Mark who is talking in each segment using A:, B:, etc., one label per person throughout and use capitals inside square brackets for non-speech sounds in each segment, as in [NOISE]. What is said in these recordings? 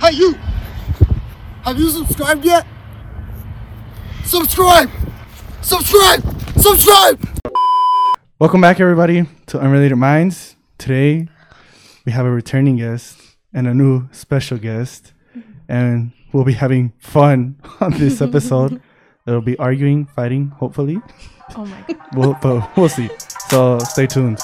A: Hey, you! Have you subscribed yet? Subscribe! Subscribe! Subscribe!
B: Welcome back, everybody, to Unrelated Minds. Today, we have a returning guest and a new special guest, and we'll be having fun [LAUGHS] on this
C: [LAUGHS]
B: episode. There'll be arguing, fighting, hopefully.
D: Oh my god.
B: [LAUGHS] We'll, but we'll see. So stay tuned.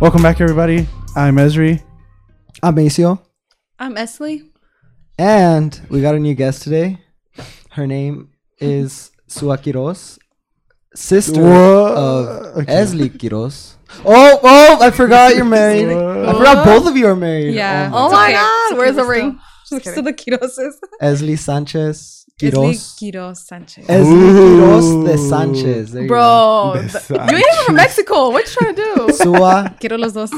B: Welcome back, everybody. I'm Esri.
E: I'm Maceo,
D: I'm Esley.
E: and we got a new guest today. Her name is Sua Quiroz, sister
B: Wha-
E: of
B: okay.
E: Esli Quiroz. Oh, oh, I forgot you're married. I forgot both of you are married.
D: Yeah.
E: Oh
C: Oh
D: It's
C: my
D: okay.
C: God,
D: It's okay,
C: where's the
D: we're still-
C: ring?
D: we're still the Quiroses.
E: my- Esli Sanchez
D: Quiros.
E: Quiroz.
D: Quiros Sanchez.
E: Esli Quiroz de
B: Ooh.
E: Sanchez. There you
C: Bro,
B: The
C: th- Oh, you ain't [LAUGHS] even from Mexico. What you trying to [LAUGHS]
E: go.
C: do?
E: Sua
D: Quiero los dos.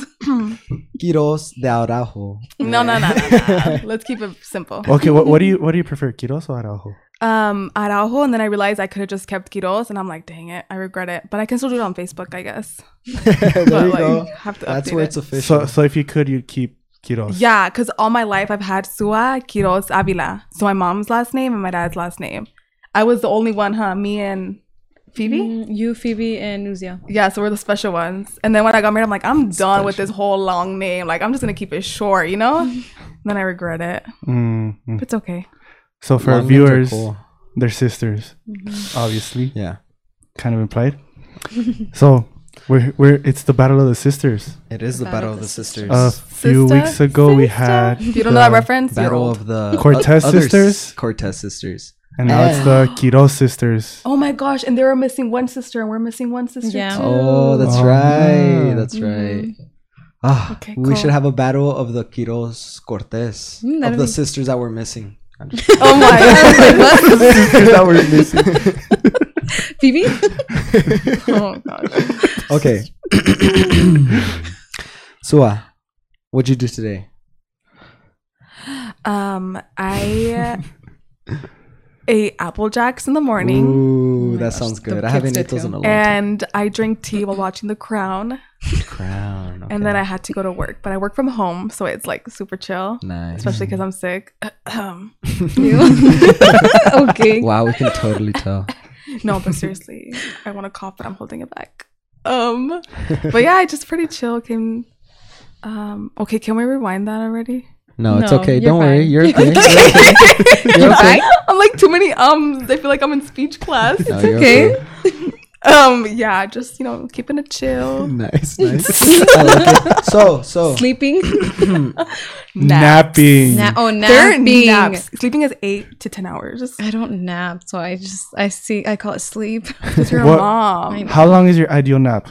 E: Quiroz de
B: [LAUGHS]
E: Araujo.
C: [LAUGHS] No, no, no, no, [LAUGHS] no. Let's keep it simple.
B: Okay, what, what do you what do you prefer, Quiros or Araujo?
C: Um, Araujo, and then I realized I could have just kept Quiros, and I'm like, dang it, I regret it. But I can still do it on Facebook, I guess.
E: there
C: but
E: you
C: like,
E: go.
C: have to
E: That's
C: update
E: where
C: it.
E: it's official.
B: So so if you could, you'd keep Quiros.
C: Yeah, because all my life I've had Sua Quiros Avila, so my mom's last name and my dad's last name. I was the only one, huh? Me and Phoebe.
D: Mm, You, Phoebe, and Nuzia.
C: Yeah, so we're the special ones. And then when I got married, I'm like, I'm done with this whole long name. Like, I'm just gonna keep it short, you
E: [LAUGHS]
C: know? then I regret it.
B: Mm, mm.
C: But it's okay.
B: So for our
E: Long names are
B: viewers,
E: cool.
B: they're sisters,
C: Mm-hmm.
B: obviously.
E: Yeah,
B: Kind of implied. [LAUGHS] so we're we're it's the battle of the sisters.
E: it is the battle of the sisters.
B: A few
C: Sister?
B: weeks ago, we had
C: If you don't know that
B: the-
C: reference, you're
E: Battle
C: old.
E: of the
B: Cortez
E: others-
B: sisters?
E: Cortez sisters.
B: and now it's the Quiros sisters.
C: Oh my gosh! And they were missing one sister, and we're missing one sister
D: Yeah.
C: too.
E: Oh, that's
B: Oh,
E: right.
B: yeah.
E: That's right. Mm. Ah,
C: Okay,
E: we should
C: cool.
E: have a battle of the Quiros Cortez
D: Mm,
E: of
D: that'd
E: the
D: be-
E: sisters that were missing. I'm just-
C: [LAUGHS] Oh my!
E: [LAUGHS]
B: that were missing.
D: [LAUGHS] Phoebe?
C: oh gosh!
E: okay. [COUGHS] Sua, what'd you do today?
C: Um,
E: [LAUGHS]
C: I ate apple jacks in the morning,
E: Ooh,
D: my
E: that
D: gosh,
E: sounds
D: the
E: good. I haven't
D: kids
E: ate
D: did
E: those in a long
D: too.
E: time.
C: and I drank tea
E: [CLEARS THROAT]
C: while watching The Crown,
E: Crown.
C: and then I
E: okay.
C: had to go to work. But I work from home, so it's like super chill,
E: nice.
C: especially because I'm sick. [CLEARS THROAT] Um, [LAUGHS]
D: You? okay.
E: [LAUGHS] Wow, we can totally tell.
C: No, but seriously, I want to cough, but I'm holding it back. Um, but yeah, I just pretty chill. Came. Um. Okay, can we rewind that already?
E: No, it's
D: No,
E: okay.
D: you're
E: Don't worry.
D: fine.
E: You're okay.
C: You're [LAUGHS]
E: okay.
C: I'm like too many ums. I feel like I'm in speech class.
E: No,
D: It's
E: you're
D: okay.
C: Um. Yeah. Just you know, keeping it chill.
E: [LAUGHS] Nice, nice. I like it. So, so
D: Sleeping?
B: Napping.
D: Na- oh,
C: They're
D: napping.
C: naps. Sleeping is eight to ten hours.
D: I don't nap, so I just, I see, I call it sleep. [LAUGHS]
C: Because you're
B: What-
C: a mom.
D: I-
B: How long is your ideal nap?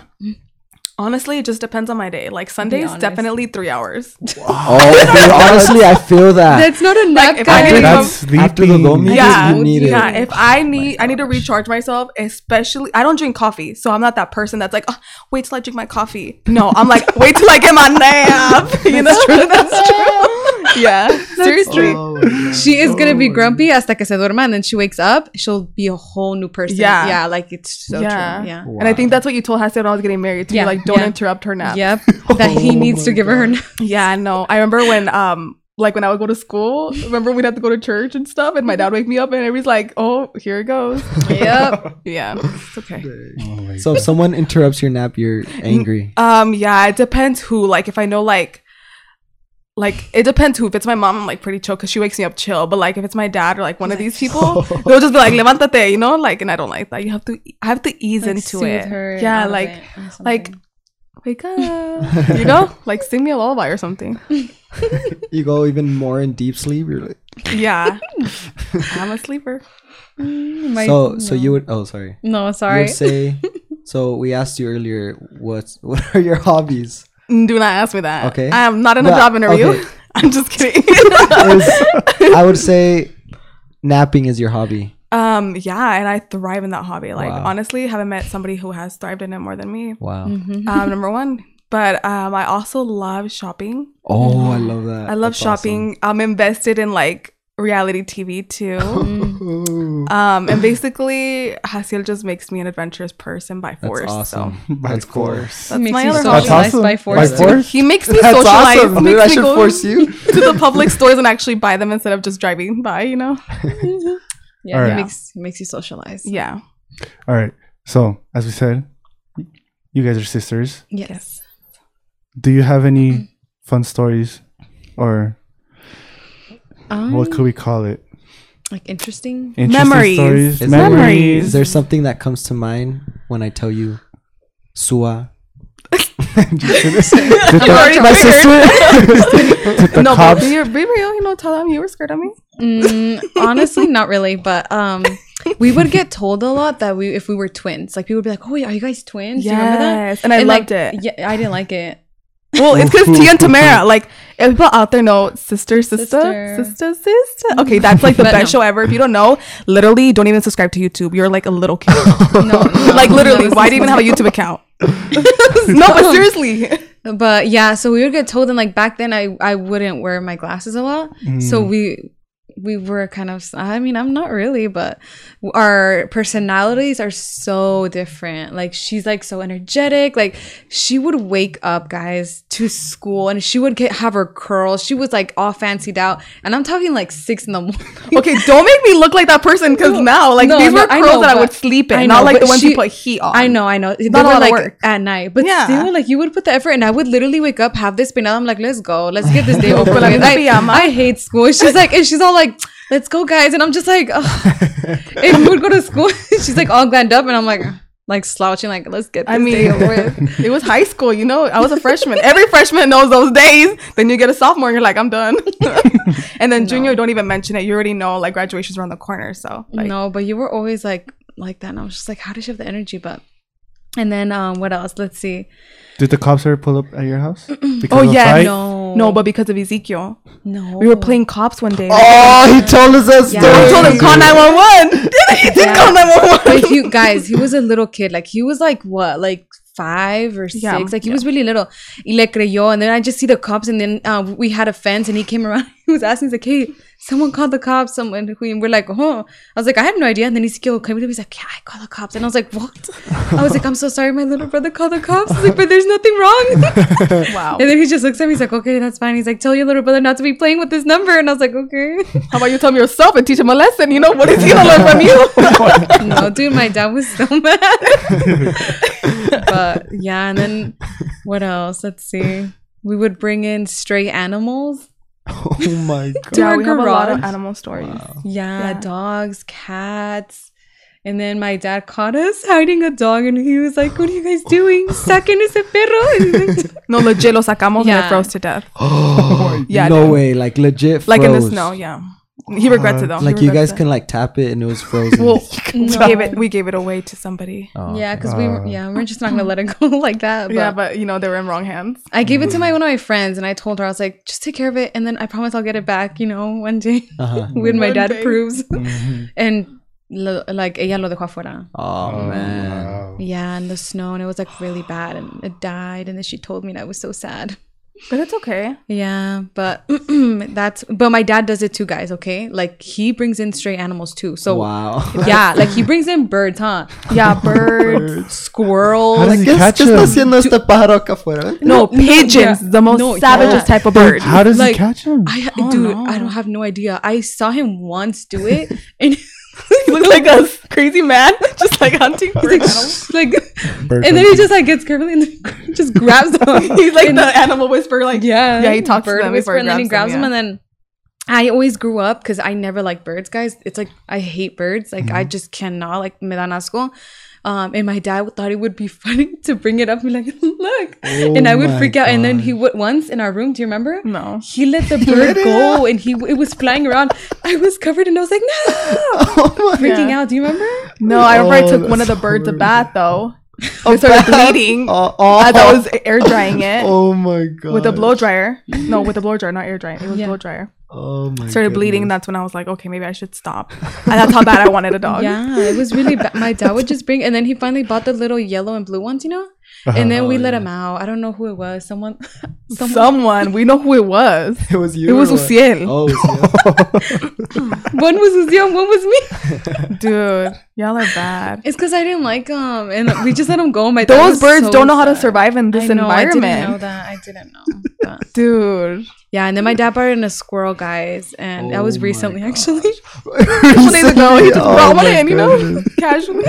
C: Honestly, it just depends on my day. Like Sundays,
D: honest.
C: definitely three hours.
E: Oh, [LAUGHS] dude, honestly, I feel that.
D: That's not a nap,
C: if I
D: guys.
C: didn't- [LAUGHS]
B: That's sleeping.
E: After the dorm meeting,
C: yeah,
E: you need it. Oh
C: yeah. If I need, I need to
E: gosh.
C: recharge myself. Especially, I don't drink coffee, so I'm not that person that's like, oh, wait till I drink my coffee. No, I'm like, wait till I get my nap. [LAUGHS] You know, that's true. That's true. [LAUGHS] yeah, seriously.
E: Oh,
D: she is gonna be grumpy hasta que se duerma, and then she wakes up, she'll be a whole new person.
C: Yeah.
D: yeah, like it's so
C: yeah,
D: true. Yeah,
C: And I think that's what you told Hesse when I was getting married. To yeah.
D: Yeah,
C: like, don't
D: yeah.
C: interrupt her nap.
D: yep. That he needs to give her her. nap.
C: Yeah, no. I remember when um like when I would go to school, remember we'd have to go to church and stuff, and my dad would wake me up and he's like, Oh, here it goes.
D: yep.
C: [LAUGHS] Yeah. It's okay.
B: Oh my
E: So if someone interrupts your nap, you're angry.
C: Um, yeah, it depends who. Like if I know like like it depends who. If it's my mom, I'm like pretty chill because she wakes me up chill. But like if it's my dad or like one of these
E: [LAUGHS]
C: people, they'll just be like, Levantate, you know, like and I don't like that. You have to I have to ease
D: Like,
C: into
D: soothe
C: it.
D: her
C: yeah,
D: out of
C: like
D: it or something.
C: like wake up.
E: [LAUGHS]
C: you know? Like sing me a lullaby or something.
E: [LAUGHS] You go even more in deep sleep. You're like, [LAUGHS]
C: Yeah. I'm a sleeper.
D: My-
E: so, so you would. Oh, sorry.
D: no,
E: You
D: sorry.
E: would say. So we asked you earlier. What's [LAUGHS] what are your hobbies?
C: Mm, Do not ask me that.
E: Okay.
C: I am not in a
E: But-
C: job interview.
E: okay.
C: [LAUGHS] I'm just kidding.
E: [LAUGHS] Is, I would say, napping is your hobby.
C: um, yeah, and I thrive in that hobby. Like
E: Wow.
C: honestly, haven't met somebody who has thrived in it more than me.
E: Wow.
C: Um, number one. But um, I also love shopping.
E: Oh, I love that.
C: I love
E: That's awesome.
C: shopping. I'm invested in like reality TV too. um, and basically, Hasiel just makes me an adventurous person by
E: That's
C: force.
E: awesome.
C: So
B: By
E: That's cool.
B: force.
C: that's
D: makes
C: my
D: you
C: other
D: socialize
C: hobby.
B: awesome.
D: by force.
B: By force?
C: [LAUGHS] He makes me
E: That's
C: socialize.
E: awesome, dude.
C: makes
E: I
C: me
E: should
C: go
E: force you.
C: to
E: [LAUGHS]
C: the public stores and actually buy them instead of just driving by. You know?
D: Yeah,
B: Alright.
D: it makes it makes you socialize.
C: Yeah.
B: [LAUGHS] All right. So, as we said, you guys are sisters.
D: Yes.
B: Do you have
C: Mm-hmm.
B: any fun stories or
D: Um,
B: what could we call it?
D: like interesting.
B: Interesting
C: Memories.
B: stories,
E: Is there-
B: memories.
E: Is there something that comes to mind when I tell you Sua?
B: Did the-
C: already
B: my sister. Did the
C: no,
B: cops-
C: but be, be real. You know, tell them you were scared of me.
D: Mm, honestly, not really. But um, we would get told a lot that we if we were twins, like people would be like, "Oh, wait, are you guys twins? Do you remember that?"
C: and I
D: And,
C: loved
D: like,
C: it.
D: Yeah, I didn't like it.
C: Well, it's because Tia and Tamara, like, if people out there know sister, sister,
D: Sister.
C: sister, sister. Okay, that's like the
D: But
C: best
D: no.
C: show ever. If you don't know, literally, don't even subscribe to YouTube. You're like a little
D: [LAUGHS]
C: kid.
D: No, no,
C: like,
D: no,
C: literally,
D: this
C: why
D: is-
C: do you even have a YouTube account? [LAUGHS] no, but seriously.
D: But yeah, so we would get told, and like back then, I I wouldn't wear my glasses a lot, so we we were kind of. I mean, I'm not really, but our personalities are so different. Like she's like so energetic. Like she would wake up, guys, to school, and she would get, have her curls. She was like all fancied out, and I'm talking like six in the [LAUGHS] morning.
C: Okay, don't make me look like that person because now, like,
D: No,
C: these
D: no,
C: were
D: I
C: curls
D: know,
C: that I
D: but-
C: would sleep in,
D: I
C: not
D: know,
C: like the
D: but
C: ones you
D: she-
C: put heat on.
D: I know, I know. They
C: Not a
D: were
C: lot of
D: like
C: work.
D: at night, but
C: Yeah.
D: still, like you would put the effort, and I would literally wake up, have this pin, and I'm like, let's go, let's
C: [LAUGHS]
D: get this day over.
C: We're like,
D: with. Like,
C: pajama.
D: I hate school. She's like, and she's all like, let's go, guys, and I'm just like,
C: [LAUGHS]
D: ugh. and we would go to school. [LAUGHS] she's like all glammed up, and I'm like, like slouching, like let's get this
C: I mean,
D: day over.
C: [LAUGHS]
D: with.
C: it was high school, you know. I was a freshman. Every freshman knows those days. Then you get a sophomore, and you're like, I'm done. [LAUGHS] and then junior, don't even mention it. You already know, like, graduation's around the corner. So, like,
D: no, but you were always like like that, and I was just like, how does she have the energy? But and then um, what else? Let's see.
B: Did the cops ever pull up at your house? Because
C: Oh
B: of a
C: yeah,
B: fight? [LAUGHS]
D: No,
C: no, but because of Ezekiel,
D: no,
C: we were playing cops one day.
E: Oh, he told us that
D: Yeah.
E: story.
C: I told him call nine one one. [LAUGHS] He did
D: Yeah.
C: call nine one [LAUGHS]
D: but
C: one.
D: if you guys, he was a little kid. Like he was like what, like five or six.
C: Yeah,
D: like he was really little. Y le creyó, and then I just see the cops, and then uh, we had a fence, and he came around. [LAUGHS] He was asking, he's like, "Hey, someone called the cops." Someone, who- and we're like, "Oh," I was like, "I have no idea." And then he's like, "Yo, can we?" do-" He's like, "Yeah, I called the cops," and I was like, "What?" I was like, "I'm so sorry, my little brother called the cops." He's like, "But there's nothing
C: [LAUGHS]
D: wrong."
C: Wow.
D: and then he just looks at me. He's like, "Okay, that's fine." He's like, "Tell your little brother not to be playing with this number," and I was like, "Okay."
C: How about you tell him yourself and teach him a lesson? You know what is he gonna learn [LAUGHS] from you?
D: no, dude, my dad was so [LAUGHS] mad. but yeah, and then what else? Let's see. We would bring in stray animals.
E: Oh my god.
D: To our garage.
C: animal stories.
D: Yeah,
C: Yeah.
D: dogs, cats. And then my dad caught us hiding a dog, and he was like, "What are you guys doing? Saquen ese perro!" [LAUGHS] And he's like,
C: No, legit, lo sacamos and it
D: Yeah.
C: froze to
E: [GASPS]
C: death. Yeah,
E: Oh, no
C: dude.
E: way, like legit
C: like in the
E: froze. Uh,
C: snow. Yeah, he regrets it though. He
E: Like you
C: regrets
E: guys
C: it.
E: can like tap it and it was frozen. [LAUGHS]
C: Well, we
D: No.
C: gave it. We gave it away to somebody.
E: Oh,
D: yeah,
E: okay.
D: because we were,
B: Uh.
D: yeah, we're just not gonna let it go [LAUGHS] like that.
C: yeah, but you know they were in wrong hands.
D: I gave it to
E: Mm-hmm.
D: my one of my friends, and I told her I was like, "Just take care of it, and then I promise I'll get it back." You know, one day
E: Uh-huh.
D: [LAUGHS]
E: Mm-hmm.
D: when my
C: One
D: dad
C: day.
D: approves, [LAUGHS] and lo, like ella lo dejó afuera.
E: Oh, man.
B: Wow.
D: Yeah, and the snow, and it was like really bad, and it died. And then she told me, and I was so sad.
C: But it's okay.
D: Yeah, but [CLEARS THROAT] that's but my dad does it too, guys. Okay, like he brings in stray animals too. So
E: Wow.
D: yeah, like he brings in birds, huh?
E: [LAUGHS]
C: Yeah, birds.
D: Squirrels.
B: does he catch
E: ¿Qué está
B: him?
E: haciendo este pájaro acá afuera?
C: No, pigeons,
D: yeah.
C: the most
D: No,
C: savagest
D: yeah.
C: type of bird.
B: How does he
D: Like,
B: catch
C: Oh,
B: him? [LAUGHS]
D: I dude, I don't have no idea. I saw him once
C: [LAUGHS]
D: do it, and
C: He looks like a crazy man, [LAUGHS] just like hunting
D: like,
C: birds.
D: [LAUGHS] like
B: Bird
D: and then he
B: hunting.
D: just like gets carefully and then [LAUGHS]
C: [LAUGHS]
D: just grabs them.
C: He's like the animal whisperer, like
D: yeah,
C: yeah. He talks
D: bird
C: to them
D: whisperer,
C: before
D: and then he grabs them, and then. I always grew up because I never liked birds, guys. It's like I hate birds. Like I just cannot like me dan asco. Um, and my dad thought it would be [LAUGHS] funny to bring it up and be like, look. and I would
E: my
D: freak out. And then he would once in our room. Do you remember?
C: No.
D: [LAUGHS] He let the bird go, and he it was flying around. I was covered, and I was like, [LAUGHS] no,
E: Oh my.
D: freaking out. Do you remember?
C: no, I remember I
E: Oh,
C: took one of
E: that's
C: the birds a bath though.
E: Oh,
C: It started bleeding.
E: Oh,
C: I
E: oh,
C: thought
B: [LAUGHS]
C: I was air drying it
E: oh my god.
C: with a blow dryer. No, with a blow dryer, not air drying. It was
D: Yeah.
C: blow dryer.
E: Oh my
C: Started bleeding, and that's when I was like, okay, maybe I should stop. And that's how bad I wanted a dog. [LAUGHS]
D: [LAUGHS] Yeah, it was really bad. My dad would just bring, and then he finally bought the little yellow and blue ones, you know? and then we
E: Oh,
D: let
E: yeah.
D: him out. I don't know who it was. Someone, [LAUGHS] someone.
C: Someone we know who it was.
E: [LAUGHS] It was you.
C: It was
E: or what?
C: Uciel.
E: Oh, Uciel.
D: one was Uziel, one was me.
C: Dude, y'all are
D: [LAUGHS]
C: bad.
D: It's because I didn't like him, and we just let him go. My dad
C: Those
D: was
C: birds
D: so
C: don't know how to
D: sad.
C: survive in this
D: I know, I didn't know
C: environment.
D: that. I didn't know. But.
C: Dude.
D: [LAUGHS] Yeah, and then my dad bought in a squirrel, guys, and that was
E: Oh my
D: recently
E: gosh.
D: actually.
C: couple days ago, he just
B: Oh
C: brought one
B: my
C: in, you know,
B: goodness.
C: [LAUGHS] casually.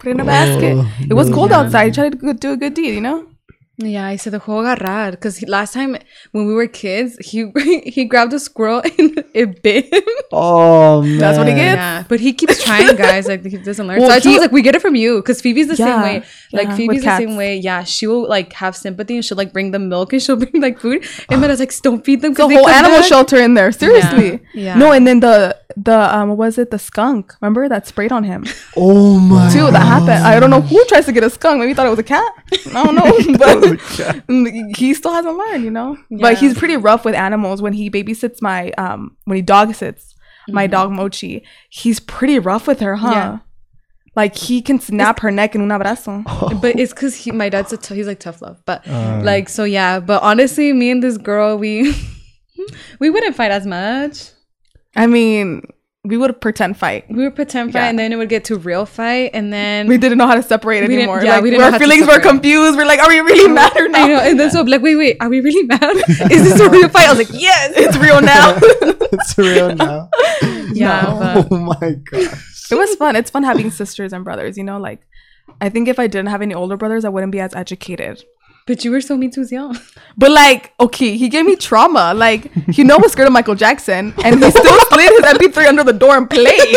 C: Put it in a basket. it was cold outside. He tried to go- do a good deed, you know?
D: [LAUGHS] yeah, I said the juego agarrar because last time when we were kids, he [LAUGHS] he grabbed a squirrel [LAUGHS] and it bit
C: [LAUGHS]
D: him.
E: Oh man.
C: That's what he gets.
D: Yeah, but he keeps trying, guys. Like he doesn't learn.
C: Well,
D: so I told
C: he-
D: him, like we get it from you because Phoebe's the
C: Yeah,
D: same way. Like
C: yeah, with
D: Phoebe's the same
C: cats.
D: way. Yeah, she will like have sympathy and she'll like bring them milk and she'll bring like food.
C: [GASPS]
D: And then I was like, don't feed them.
C: It's a
D: 'cause they
C: whole
D: come
C: animal
D: back."
C: shelter in there. Seriously.
D: yeah.
C: No, and then the the um what was it the skunk? Remember that sprayed on him?
E: [LAUGHS] Oh my.
C: Dude, that happened. I don't know who tries to get a skunk. Maybe he thought it was a cat. I don't know.
E: [LAUGHS] Oh,
C: [LAUGHS] but he still hasn't learned, you know?
D: Yeah.
C: But he's pretty rough with animals when he babysits my um when he dog sits my dog Mochi. He's pretty rough with her, huh?
D: Mm-hmm. Yeah.
C: Like he can snap her neck in un abrazo.
E: [LAUGHS]
D: but it's because he, my dad's a t- he's like tough love, but like so yeah. But honestly, me and this girl, we [LAUGHS] we wouldn't fight as much.
C: I mean, we would pretend fight.
D: We would pretend fight,
C: Yeah.
D: and then it would get to real fight, and then
C: We didn't know how to separate
D: didn't-
C: anymore.
D: yeah,
C: like,
D: we didn't know
C: our
D: how to
C: feelings were
D: separate.
C: confused. We're like, are we really mad or not?
D: [LAUGHS] [LAUGHS]
C: [LAUGHS]
D: I know, and then so I'm like, wait, wait, are we really mad? [LAUGHS] Is this a real fight? I was like, [LAUGHS] yes,
C: It's real now.
E: it's real now.
D: yeah. but-
E: Oh my god.
C: it was fun. It's fun having sisters and brothers, you know, like I think if I didn't have any older brothers, I wouldn't be as educated.
D: But you were so mean to Zion.
C: But like, okay, he gave me trauma. Like, you know was scared of Michael Jackson and he still slid his MP3 under the door and
D: [LAUGHS]
C: played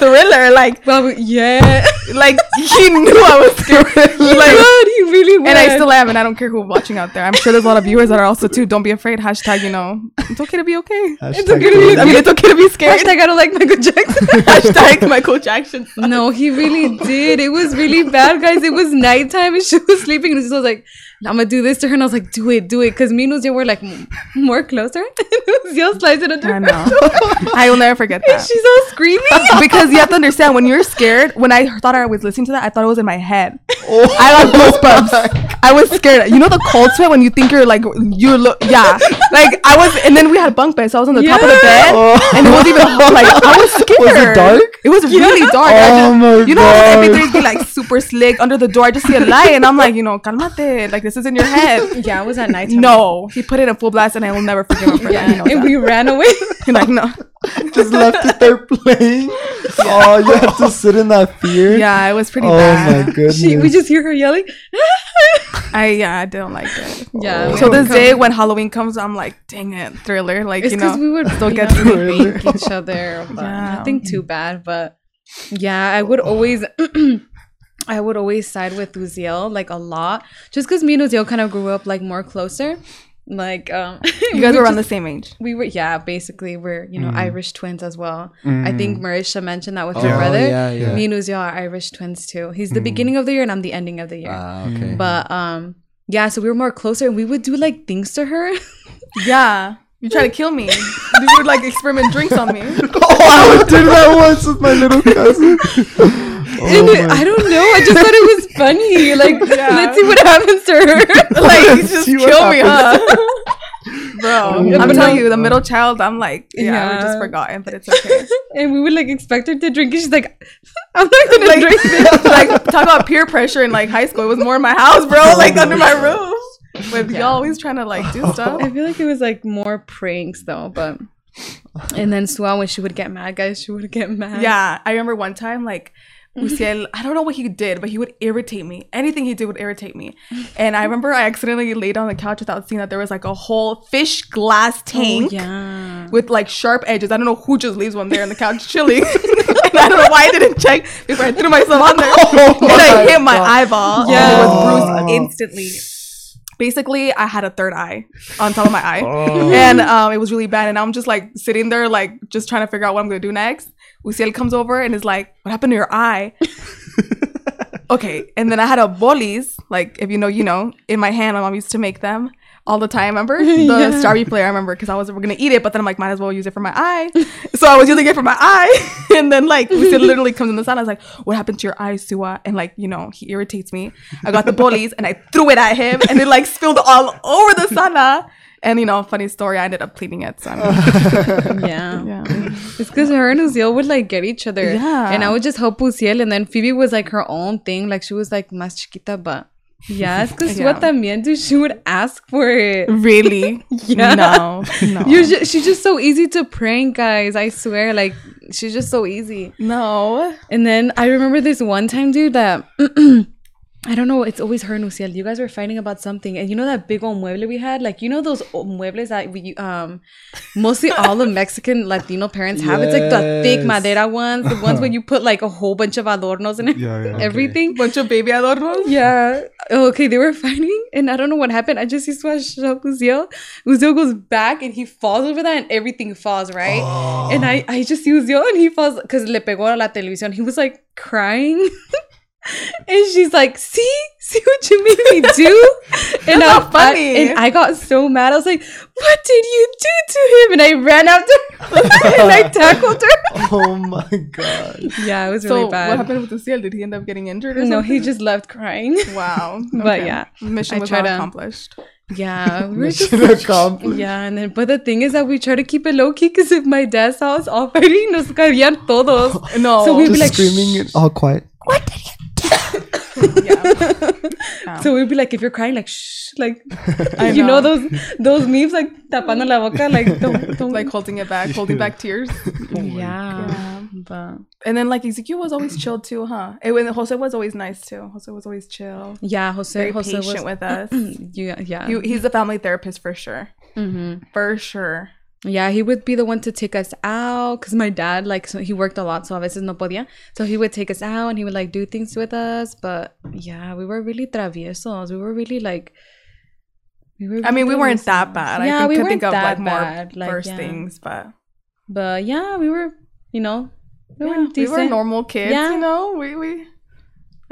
C: thriller. Like
D: Well, [LAUGHS] yeah.
C: like he knew I was scared. like
D: God, you really were.
C: and I still am, and I don't care who watching out there. I'm sure there's a lot of viewers that are also too. Don't be afraid. Hashtag, you know, it's okay to be okay.
E: It's
D: okay to be
C: I mean, it's okay to be scared.
D: Hashtag [LAUGHS] I don't like Michael Jackson.
C: [LAUGHS] Hashtag Michael Jackson.
D: no, he really did. It was really bad, guys. It was nighttime and she was sleeping. And she was like, I'm going to do this to her. And I was like, do it, do it. Because me and Uziel were like m- more closer. [LAUGHS] And Uziel slides it under
C: I
D: her.
C: know. [LAUGHS] I will never forget that.
D: [LAUGHS] She's all
C: [LAUGHS]
D: screaming.
C: because you have to understand when you're scared. When I thought I was listening to that, I thought it was in my head.
E: Oh
C: I got goosebumps. I was scared. You know the cold sweat when you think you're like you look yeah. Like I was, and then we had bunk beds, so I was on the top of the
D: Yeah.
C: bed, and it was even like I was scared.
E: Oh. [LAUGHS] Was it dark?
C: It was really dark. I
E: Oh
C: just-
E: my
C: you know how
E: God.
C: MP3s be like super slick under the door. I just see a light, and I'm like, you know, calmate. Like this is in your
D: [LAUGHS]
C: head.
D: Yeah, it was at nighttime.
C: No, he put it in full blast, and I will never forgive him for that. He
D: [LAUGHS]
C: knows
D: And
C: that.
D: we ran away.
C: He's [LAUGHS] like,
E: [LAUGHS]
C: no.
E: Just left it there playing. Oh, you have to sit in that fear.
C: Yeah, it was pretty [LAUGHS]
E: Oh
C: bad.
E: my goodness.
D: She, we just hear her yelling.
C: I yeah, I don't like it.
D: yeah.
C: So this day when Halloween comes, I'm like, dang it, thriller. Like
D: It's
C: you know,
D: because we would
C: still
D: still
C: get Mm-hmm.
D: get
C: through
D: to
C: [LAUGHS]
D: each other, but
C: Yeah.
D: nothing too bad. But yeah, I would always, [CLEARS THROAT] I would always side with Uziel like a lot, just because me and Uziel kind of grew up like more closer. Like um, [LAUGHS]
C: you guys were around the Mm. same age.
D: we were yeah, basically we're you know Irish twins as well. I
C: Mm.
D: think Marisha mentioned that with
E: Oh,
D: her brother.
E: yeah, yeah.
D: Me and Uziel are Irish twins too. He's
C: Mm.
D: the beginning of the year and I'm the ending of the year.
E: Ah, okay.
D: But um, yeah, so we were more closer and we would do like things to her. [LAUGHS]
C: Yeah, you try to kill [LAUGHS] me. you would like experiment drinks on [LAUGHS] me.
E: oh, I would do that once with my little cousin.
D: And it- I don't know.
C: [LAUGHS]
D: I just thought it was funny. Like,
C: Oh Yeah.
D: let's see what happens to
C: [LAUGHS]
D: her.
C: Like
E: Let's
C: you just
E: see what
C: kill me, huh? [LAUGHS] Bro,
E: my
C: I'm
E: God.
C: telling you, the middle child. I'm like, Oh yeah, we just
D: Yeah.
C: forgotten, but [LAUGHS] it's okay.
D: and we would like expect her to drink, and she's like, [LAUGHS] "I'm not gonna
C: Like, [LAUGHS]
D: drink this."
C: like talk about peer pressure in like high school. It was more in my house, bro. Like under [LAUGHS] my roof, with y'all always trying to like do stuff.
D: I feel like it was like more pranks though, but. And then Sua, when she would get mad, guys, she would get mad.
C: [LAUGHS] Yeah, I remember one time like Uciel, I don't know what he did, but he would irritate me. Anything he did would irritate me. [LAUGHS] And I remember I accidentally laid on the couch without seeing that there was like a whole fish glass
D: Oh,
C: tank
D: yeah.
C: with like sharp edges. I don't know who just leaves one there on the couch chilling. [LAUGHS] and I don't know why I didn't check before I threw [LAUGHS] myself on there. and I hit Oh my eyeball. Yeah.
D: Yeah.
C: it was
D: Oh.
C: bruised instantly. Basically, I had a third eye on top of my eye. And um, it was really bad. And I'm just like sitting there, like just trying to figure out what I'm going to do next. Uciel comes over and is like, What happened to your eye? okay. And then I had a bolis, like if you know, you know, in my hand. My mom used to make them. all the time. Remember the Starry player? I remember because I was we're gonna eat it, but then I'm like, might as well use it for my eye. so I was using it for my eye, [LAUGHS] and then like Lucia literally comes in the side. I was like, what happened to your eye, Sua? And like you know, he irritates me. I got the bullies and I threw it at him, and it like spilled all over the sana. And you know, funny story, I ended up cleaning it. So I mean, [LAUGHS]
D: yeah.
C: yeah.
D: It's because her and Uziel would like get each other.
C: Yeah.
D: And I would just help Uziel. And then Phoebe was like her own thing. Like she was like más chiquita, but. Yeah, it's
C: [LAUGHS]
D: because
C: Yeah.
D: what también, dude, she would ask for it.
C: Really?
D: Yeah.
C: No. No.
D: You're ju- she's just so easy to prank, guys. I swear, like she's just so easy.
C: no.
D: And then I remember this one time, dude, that [CLEARS THROAT] I don't know. It's always her and Uciel. You guys were fighting about something, and you know that big old mueble we had. Like you know those old muebles that we um mostly all the Mexican Latino parents have. It's like the thick
E: Yes.
D: madera ones, the ones where you put like a whole bunch of adornos and
B: Yeah, yeah.
D: [LAUGHS] everything.
C: Bunch of baby adornos.
D: Yeah. Okay, they were [LAUGHS] fighting, and I don't know what happened. I just see Swash up Uziel. Uziel goes back, and he falls over that, and everything falls, right?
C: Oh.
D: And I, I just see Uziel, and he falls because le pegó a la televisión. He was like crying. [LAUGHS] and she's like, see? See what you made me do?
C: [LAUGHS]
D: and,
C: That's
D: I,
C: not funny.
D: I- and I got so mad. I was like, what did you do to him? And I ran after her [LAUGHS] and I
C: [LAUGHS]
D: tackled her.
E: [LAUGHS] Oh my god.
D: Yeah, it was
C: So
D: really bad.
C: what happened with Lucille? Did he end up getting injured? Or
D: No, he
C: something?
D: just left crying.
C: [LAUGHS] Wow.
D: [LAUGHS] But
C: Okay.
D: yeah,
C: mission
D: I
C: was
D: try
C: not
D: to-
C: accomplished.
D: Yeah,
E: [LAUGHS]
D: we were just
E: Mission accomplished.
D: Yeah, and then but the thing is that we try to keep it low key because if my dad saw us all fighting, [LAUGHS] nos cabían
E: [LAUGHS]
D: todos.
C: No.
D: So we- You'd be
E: Just
D: like,
E: screaming and all quiet.
D: So we'd be like, if you're crying, like shh,
E: [LAUGHS]
D: like you know those those memes like tapando la boca, like don't
E: [LAUGHS]
D: don't
C: like
E: oh
C: holding it back, holding back tears.
D: yeah. But
C: And then like Ezekiel was always chill too, huh? And when Jose was always nice too. Jose was always chill.
D: yeah, Jose
C: Very
D: Jose
C: patient
D: was [CLEARS THROAT]
C: with us.
D: yeah yeah
C: He- he's a family therapist for sure.
D: Mm-hmm.
C: For sure.
D: yeah he would be the one to take us out because my dad like so he worked a lot so a veces no podía so he would take us out and he would like do things with us but yeah we were really traviesos we were really like we were
C: I mean, we
D: really
C: weren't that
D: traviesos.
C: bad. I
D: yeah
C: think,
D: we
C: could
D: weren't
C: think of
D: that
C: like more
D: bad like,
C: first
D: yeah.
C: things, but
D: but yeah we were you know we were
C: we were
D: decent.
C: normal kids,
D: Yeah.
C: you know. We we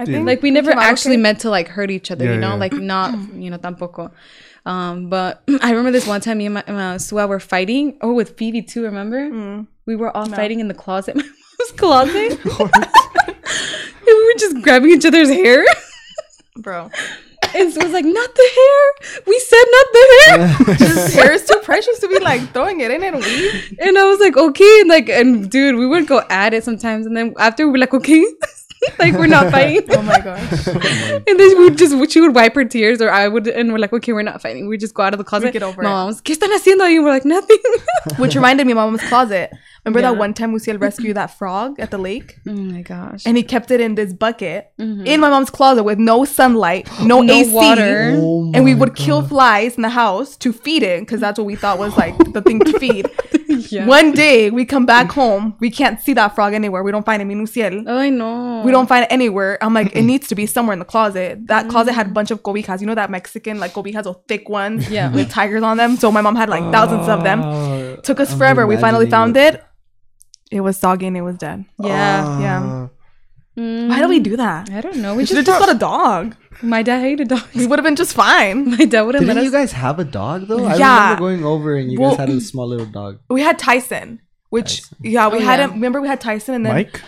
C: I think
D: like we never
C: came out
D: actually
C: Mm-hmm. okay.
D: meant to like hurt each other
B: Yeah,
D: you know
B: yeah.
C: [CLEARS THROAT]
D: like not you know tampoco um but [CLEARS THROAT] i remember this one time me and my uh, Sua were fighting oh with phoebe too remember
C: Mm.
D: we were all fighting in the closet [LAUGHS] my mom's
B: [LAUGHS]
D: closet [LAUGHS] and we were just grabbing each other's hair [LAUGHS]
C: bro.
D: and so it was like not the hair we said not the hair
C: Just hair is too precious to be like throwing it in and weave.
D: [LAUGHS] and i was like okay and like and dude we would go at it sometimes and then after we were like okay [LAUGHS] like
B: [LAUGHS]
D: we're not fighting
C: Oh my gosh.
D: And then we would just she would wipe her tears, or I would, and we're like, okay, we're not fighting. We just go out of the closet.
C: get over
D: My
C: it.
D: mom's, ¿qué están haciendo? And we're
C: [LAUGHS]
D: like, nothing. [LAUGHS]
C: Which reminded me of my mom's closet. Remember
D: Yeah.
C: that one time Luciel rescued that frog at the
D: [LAUGHS]
C: lake?
D: oh my gosh.
C: And he kept it in this bucket in my mom's closet with no sunlight, no,
D: Mm-hmm. [GASPS] No
C: AC.
D: water.
E: Oh
C: and we would kill flies in the house to feed it because that's what we thought was like the thing to feed.
D: [LAUGHS] Yeah.
C: One day we come back home, we can't see that frog anywhere. We don't find him in Luciel.
D: oh, I know.
C: We don't find it anywhere. I'm
E: [LAUGHS]
C: like, it needs to be somewhere in the closet. That closet had a bunch of cobijas. You know that Mexican like cobijas are thick ones
D: [LAUGHS] Mm. Yeah.
C: with tigers on them. So my mom had like thousands of them.
B: Uh,
E: Oh,
C: Took us
E: I'm
C: forever. We finally
E: imagining
C: found it. It was soggy and it was dead.
B: Ah.
D: Yeah.
B: uh,
C: yeah.
D: Mm.
C: Why do we do that?
D: I don't know. We
C: We should
D: just,
C: have just got a dog.
D: my dad hated
C: We
D: dogs. [LAUGHS]
C: would have been just fine.
D: my dad wouldn't let
E: Didn't
D: us.
E: you guys have a dog though? I
C: Yeah.
E: remember going over and you
C: Well-
E: guys had a small little dog.
C: We had Tyson, which yeah, we
D: Oh,
C: had
D: yeah.
C: him. Remember we had Tyson, and then
B: Mike?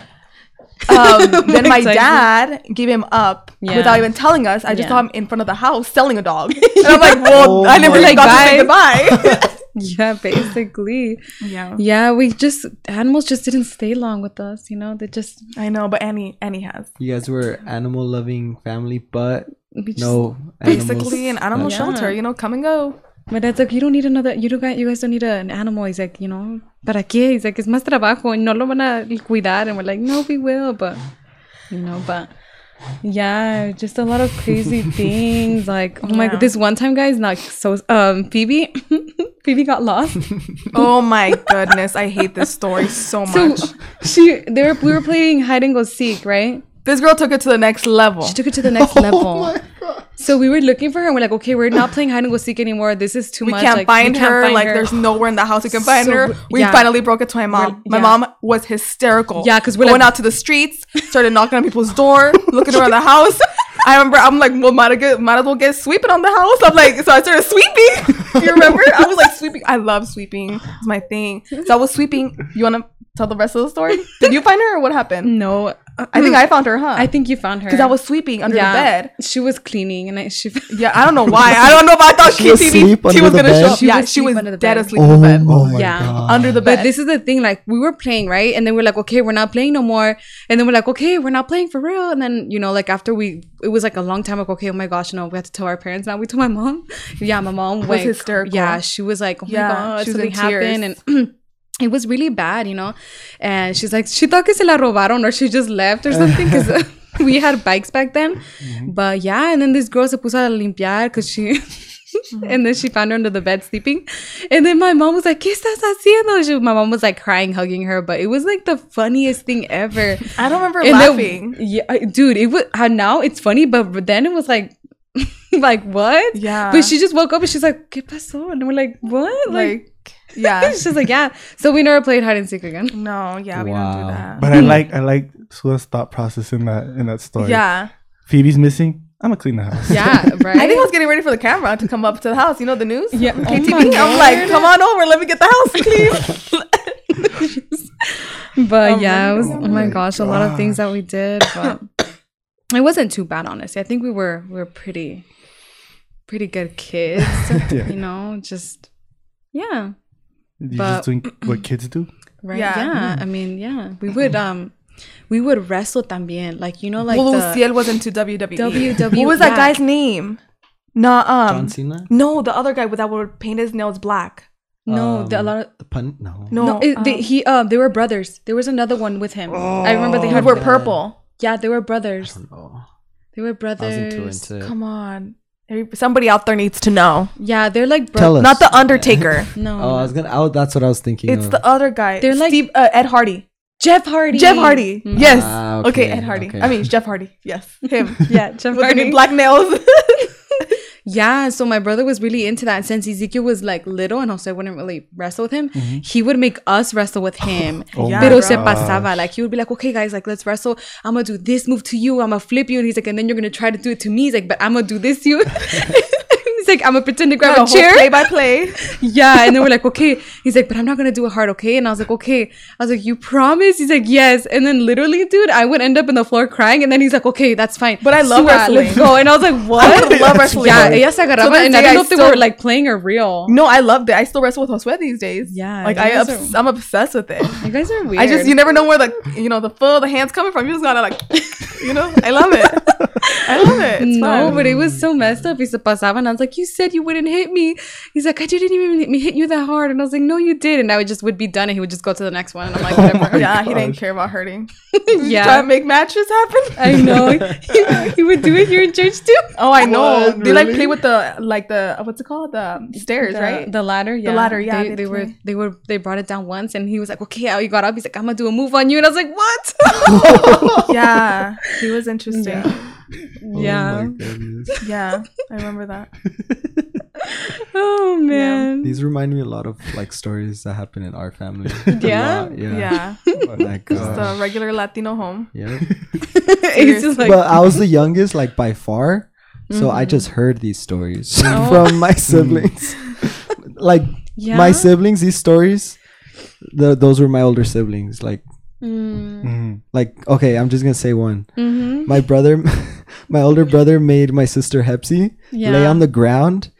D: [LAUGHS]
C: um, then my
D: Tyson.
C: dad gave him up
D: Yeah.
C: without even telling us. I just
D: Yeah.
C: saw him in front of the house selling a
D: [LAUGHS]
C: dog, and I'm like, well,
E: Oh
C: I never
E: my
C: like, got to say
D: yeah, basically.
C: goodbye. yeah,
D: Yeah, we just animals just didn't stay long with us. You know, they just
C: [LAUGHS] I know, but Annie, Annie has
E: You guys were animal loving family, but
D: we just.
E: no animals.
C: basically an animal
D: Yeah.
C: shelter. You know, come and go.
D: My dad's like, you don't need another. You don't. You guys don't need an animal. He's like, you know, para qué? He's like, it's más trabajo. No lo van a cuidar. And we're like, no, we will. But you know, but yeah, just a lot of
C: [LAUGHS]
D: crazy things. Like, oh my,
C: Yeah.
D: this one time, guys, like, so um, Phoebe, [LAUGHS] Phoebe
C: [LAUGHS]
D: got lost.
C: Oh my goodness, I hate this story so much.
D: So she, they were, we were playing hide and go seek, right?
C: this girl took it to the next level.
D: She took it to
C: [LAUGHS]
D: the
C: Oh
D: next level. So we were looking for her, and we're like, okay, we're not playing hide and go seek anymore. This is too
C: we
D: much.
C: can't
D: like,
C: find
D: can't
C: her.
D: find
C: like,
D: her.
C: there's nowhere in the house we can find
D: So
C: her.
D: w-
C: We
D: yeah.
C: finally broke it to my mom.
D: We're-
C: My
D: yeah.
C: mom was hysterical.
D: Yeah, 'cause we're
C: going
D: like-
C: out to the streets, started knocking on people's door, looking around the house. I remember I'm like, well, might, get, might as well get sweeping on the house. I'm like, so I started sweeping. [LAUGHS] You remember? I was like sweeping. I love sweeping. It's my thing. So I was sweeping. You want to tell the rest of the story? Did you find her or what happened?
D: No, uh, hmm.
C: I think I found her, huh?
D: I think you found her
C: because I was sweeping under the bed.
D: She was cleaning, and I, she. [LAUGHS]
B: Oh
C: Yeah, I don't know why. I don't know if I thought
E: She
C: she,
E: was
C: TV,
E: asleep
C: she
E: under
C: was
E: the
C: gonna
E: bed? Oh.
C: show up.
D: She
C: yeah,
D: was
C: she was
D: asleep under the
C: dead
D: bed.
C: asleep in the bed.
B: Oh my
D: Yeah.
B: God.
C: Under the bed.
D: But this is the thing, like we were playing, right? And then we're like, okay, we're not playing no more. And then we're like, okay, we're not playing for real. And then, you know, like after we it was like a long time ago, okay, oh my gosh, no, we had to tell our parents now. We told my mom. [LAUGHS] Yeah, my mom
C: was
D: like,
C: hysterical.
D: Yeah, she was like, Oh
C: Yeah,
D: my god,
C: she was in
D: something happened and [CLEARS THROAT] It was really bad, you know, and she's like, she thought que se la robaron or she just left or something
C: [LAUGHS]
D: because [LAUGHS] we had bikes back then.
C: Mm-hmm.
D: But yeah, and then this girl se puso a limpiar because she, [LAUGHS] and then she found her under the bed sleeping. And then my mom was like, ¿Qué estás haciendo? She, my mom was like crying, hugging her, but it was like the funniest thing
C: [LAUGHS]
D: ever.
C: I don't remember
D: and
C: laughing.
D: Then, yeah, I- dude, it was now it's funny, but then it was like, [LAUGHS] like what?
C: Yeah.
D: But she just woke up and she's like, ¿Qué pasó? And we're like, what? Like,
C: like, [LAUGHS]
D: [LAUGHS]
C: yeah.
D: she's like, yeah. So we never played hide and seek again.
C: No, yeah, we don't
E: Wow.
C: do that.
B: But I like I like Sua's thought process in that in that story.
C: yeah.
B: Phoebe's missing. I'm gonna clean the house.
D: [LAUGHS] Yeah, right.
C: I think I was getting ready for the camera to come up to the house. You know the news?
D: Yeah.
C: On
D: Oh my
C: TV. I'm like, come on over. Let me get the
D: [LAUGHS]
C: house, please.
D: But
C: Oh
D: yeah,
C: my
D: it was oh my
B: my
D: gosh, a lot of things that we did, but [COUGHS] it wasn't too bad, honestly. I think we were we were pretty pretty good kids,
B: Yeah.
D: you know, just yeah,
B: You're
D: But-
B: just doing what kids do.
D: right?
C: Yeah.
D: Yeah, I mean, yeah, we would um we would wrestle también, like you know, like
C: well,
D: the E
C: Luciel was into WWE.
D: WWE.
C: What was that
D: yeah.
C: guy's name? Nah, um,
E: John Cena?
C: no, the other guy with that would paint his nails black.
D: No, the, a
E: Um,
D: lot of
E: The pun? No.
C: No,
D: no, it, they,
E: oh.
C: um,
D: he um they were brothers. There was another one with him. I remember they
C: they
D: had
C: were purple.
D: yeah, they were brothers.
E: Oh,
D: They were
E: I wasn't too
D: brothers.
E: into it.
C: Come on, Every- somebody out there needs to know.
D: Yeah, they're like bro-
E: Tell us.
C: Not the
E: [LAUGHS]
C: Undertaker.
D: No,
E: Oh, I was gonna. Oh, that's what I was thinking.
C: it's
E: of.
C: the other guy.
D: They're like-
C: Steve, uh, Ed Hardy.
D: Jeff Hardy.
C: Jeff
D: [LAUGHS]
C: Hardy.
D: Mhm.
C: Yes.
E: Ah,
C: okay.
E: okay,
C: Ed Hardy.
E: okay.
C: I mean Jeff Hardy. Yes,
E: [LAUGHS]
C: him.
D: Yeah, [LAUGHS] Jeff
C: with the
D: Hardy.
C: black
D: [LAUGHS]
C: nails.
D: Yeah, so my brother was really into that. And since Ezekiel was like little and also I wouldn't really wrestle with him,
E: Mm-hmm.
D: he would make us wrestle with
E: [LAUGHS]
D: him.
B: Oh
C: Yeah,
B: my
D: Pero se
C: bro.
D: pasaba. Like he would be like, okay, guys, like let's wrestle. I'm gonna do this move to you. I'm gonna flip you. And he's like, and then you're gonna try to do it to me. He's like, but I'm gonna do
E: [LAUGHS]
D: this to you. [LAUGHS] he's like, I'm gonna pretend to grab a chair.
C: Play by
D: [LAUGHS]
C: play.
D: Yeah, and then we're like, okay. He's like, but I'm not gonna do it hard, okay? And I was like, okay. I was like, you promise? He's like, yes. And then literally, dude, I would end up on the floor crying. And then he's like, okay, that's fine.
C: But I love
D: Suat, Let's
C: wrestling.
D: go. And
C: [LAUGHS]
D: I was like, what?
C: love wrestling.
D: Yeah, ella se agarraba,
C: So this
D: and I
C: day
D: don't know
C: I
D: if they
C: still-
D: were like playing or real.
C: No, I loved it. I still wrestle with Josue these days.
D: Yeah,
C: like
D: you
C: I,
D: guys
C: obs- I'm obsessed with
D: [LAUGHS]
C: it.
D: You guys are weird.
C: I just you never know where the you know the full the hands coming from. You just gotta like, you know. I love it. I love it. It's
D: no,
C: fun.
D: but it was so messed up. He se pasaba, and I was like, "You said you wouldn't hit me." He's like, "I didn't even hit me- hit you that hard," and I was like, "No, you did." And I would just would be done, and he would just go to the next one, and I'm like,
E: Oh
C: [LAUGHS]
D: "Whatever."
C: yeah, he didn't care about hurting.
D: Yeah.
C: trying to make matches happen.
D: [LAUGHS] I know. he, he would do it here in church too.
C: Oh, I know.
B: What?
C: They like
B: Really?
C: play with the like the uh, what's it called the stairs,
D: the,
C: right? [LAUGHS]
D: The ladder, yeah.
C: ladder, yeah,
D: They,
C: they
D: they were
C: play.
D: they were they brought it down once, and he was like, "Okay," how you got up. He's like, "I'm gonna do a move on you," and I was like, "What?" [LAUGHS]
C: yeah, he was interesting. Yeah.
D: yeah.
C: yeah, I remember that.
D: Oh man.
E: These remind me a lot of like stories that happen in our [LAUGHS] family. A
D: Yeah?
E: lot, yeah. [LAUGHS]
C: Yeah,
E: Like,
C: just
E: uh,
C: a regular Latino home.
E: [LAUGHS] yeah.
D: [LAUGHS] it's just like
E: but I was the youngest, like Mm-hmm. by far. So I just heard these stories [LAUGHS] from my siblings. [LAUGHS] like
D: yeah.
E: my siblings, these stories. The, those were my older siblings. Like,
B: Mm-hmm.
E: like okay, I'm just gonna say one.
D: mm-hmm.
E: My brother, [LAUGHS] my older brother, made my sister Hepsi lay
D: Yeah.
E: on the ground,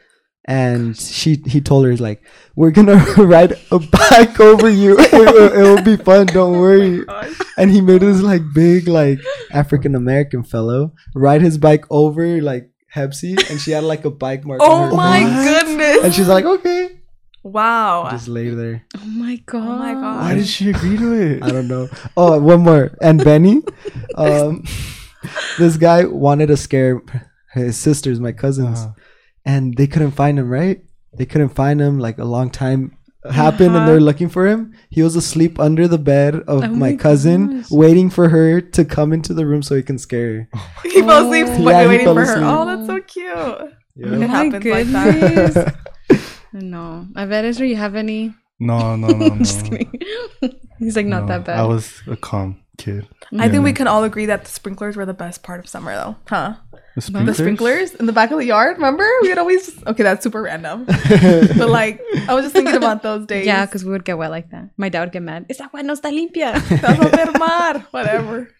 E: and she he told her like, "We're gonna [LAUGHS] ride a bike over you. [LAUGHS] It will, it will be
C: [LAUGHS]
E: fun.
C: Oh
E: Don't worry." and he made this like big like African American fellow ride his bike over like Hepsi, and she had like a bike mark.
C: Oh
E: on her
C: my
E: bike.
C: goodness!
E: And she's like, "Okay."
C: wow.
E: Just lay there.
D: Oh my god.
C: Oh my god.
B: Why did she agree to it?
E: [LAUGHS] I don't know. Oh, one more. And
C: [LAUGHS]
E: Benny, um, this guy wanted to scare his sisters, my cousins,
B: Uh-huh.
E: and they couldn't find him. Right? They couldn't find him. Like a long time happened, and
C: Uh-huh.
E: they're looking for him. He was asleep under the bed of
D: Oh
E: my
D: my
E: cousin,
D: gosh.
E: waiting for her to come into the room so he can scare
C: [LAUGHS]
E: her.
C: [LAUGHS] He fell asleep
D: Yeah,
C: wa-
E: he
C: waiting for
E: fell
C: her.
E: asleep.
C: Oh, that's so cute.
E: Yeah.
C: It
D: My
C: happens like that.
D: goodness.
B: [LAUGHS]
D: no, I bet Ezra, you have any.
B: No, no,
C: [LAUGHS]
B: no, no.
D: Just kidding. He's like not
B: no.
D: that bad.
B: I was a calm kid.
C: I think we can all agree that the sprinklers were the best part of summer, though. Huh?
B: The
C: the
B: sprinklers.
C: sprinklers in the back of the yard. Remember, we would always. Okay, that's super
E: [LAUGHS]
C: random. but like, I was just thinking about [LAUGHS] those days.
D: Yeah, because we would get wet like that. My dad would get mad. Esa agua no está limpia.
C: Te vas a enfermar.
E: [LAUGHS]
C: Whatever.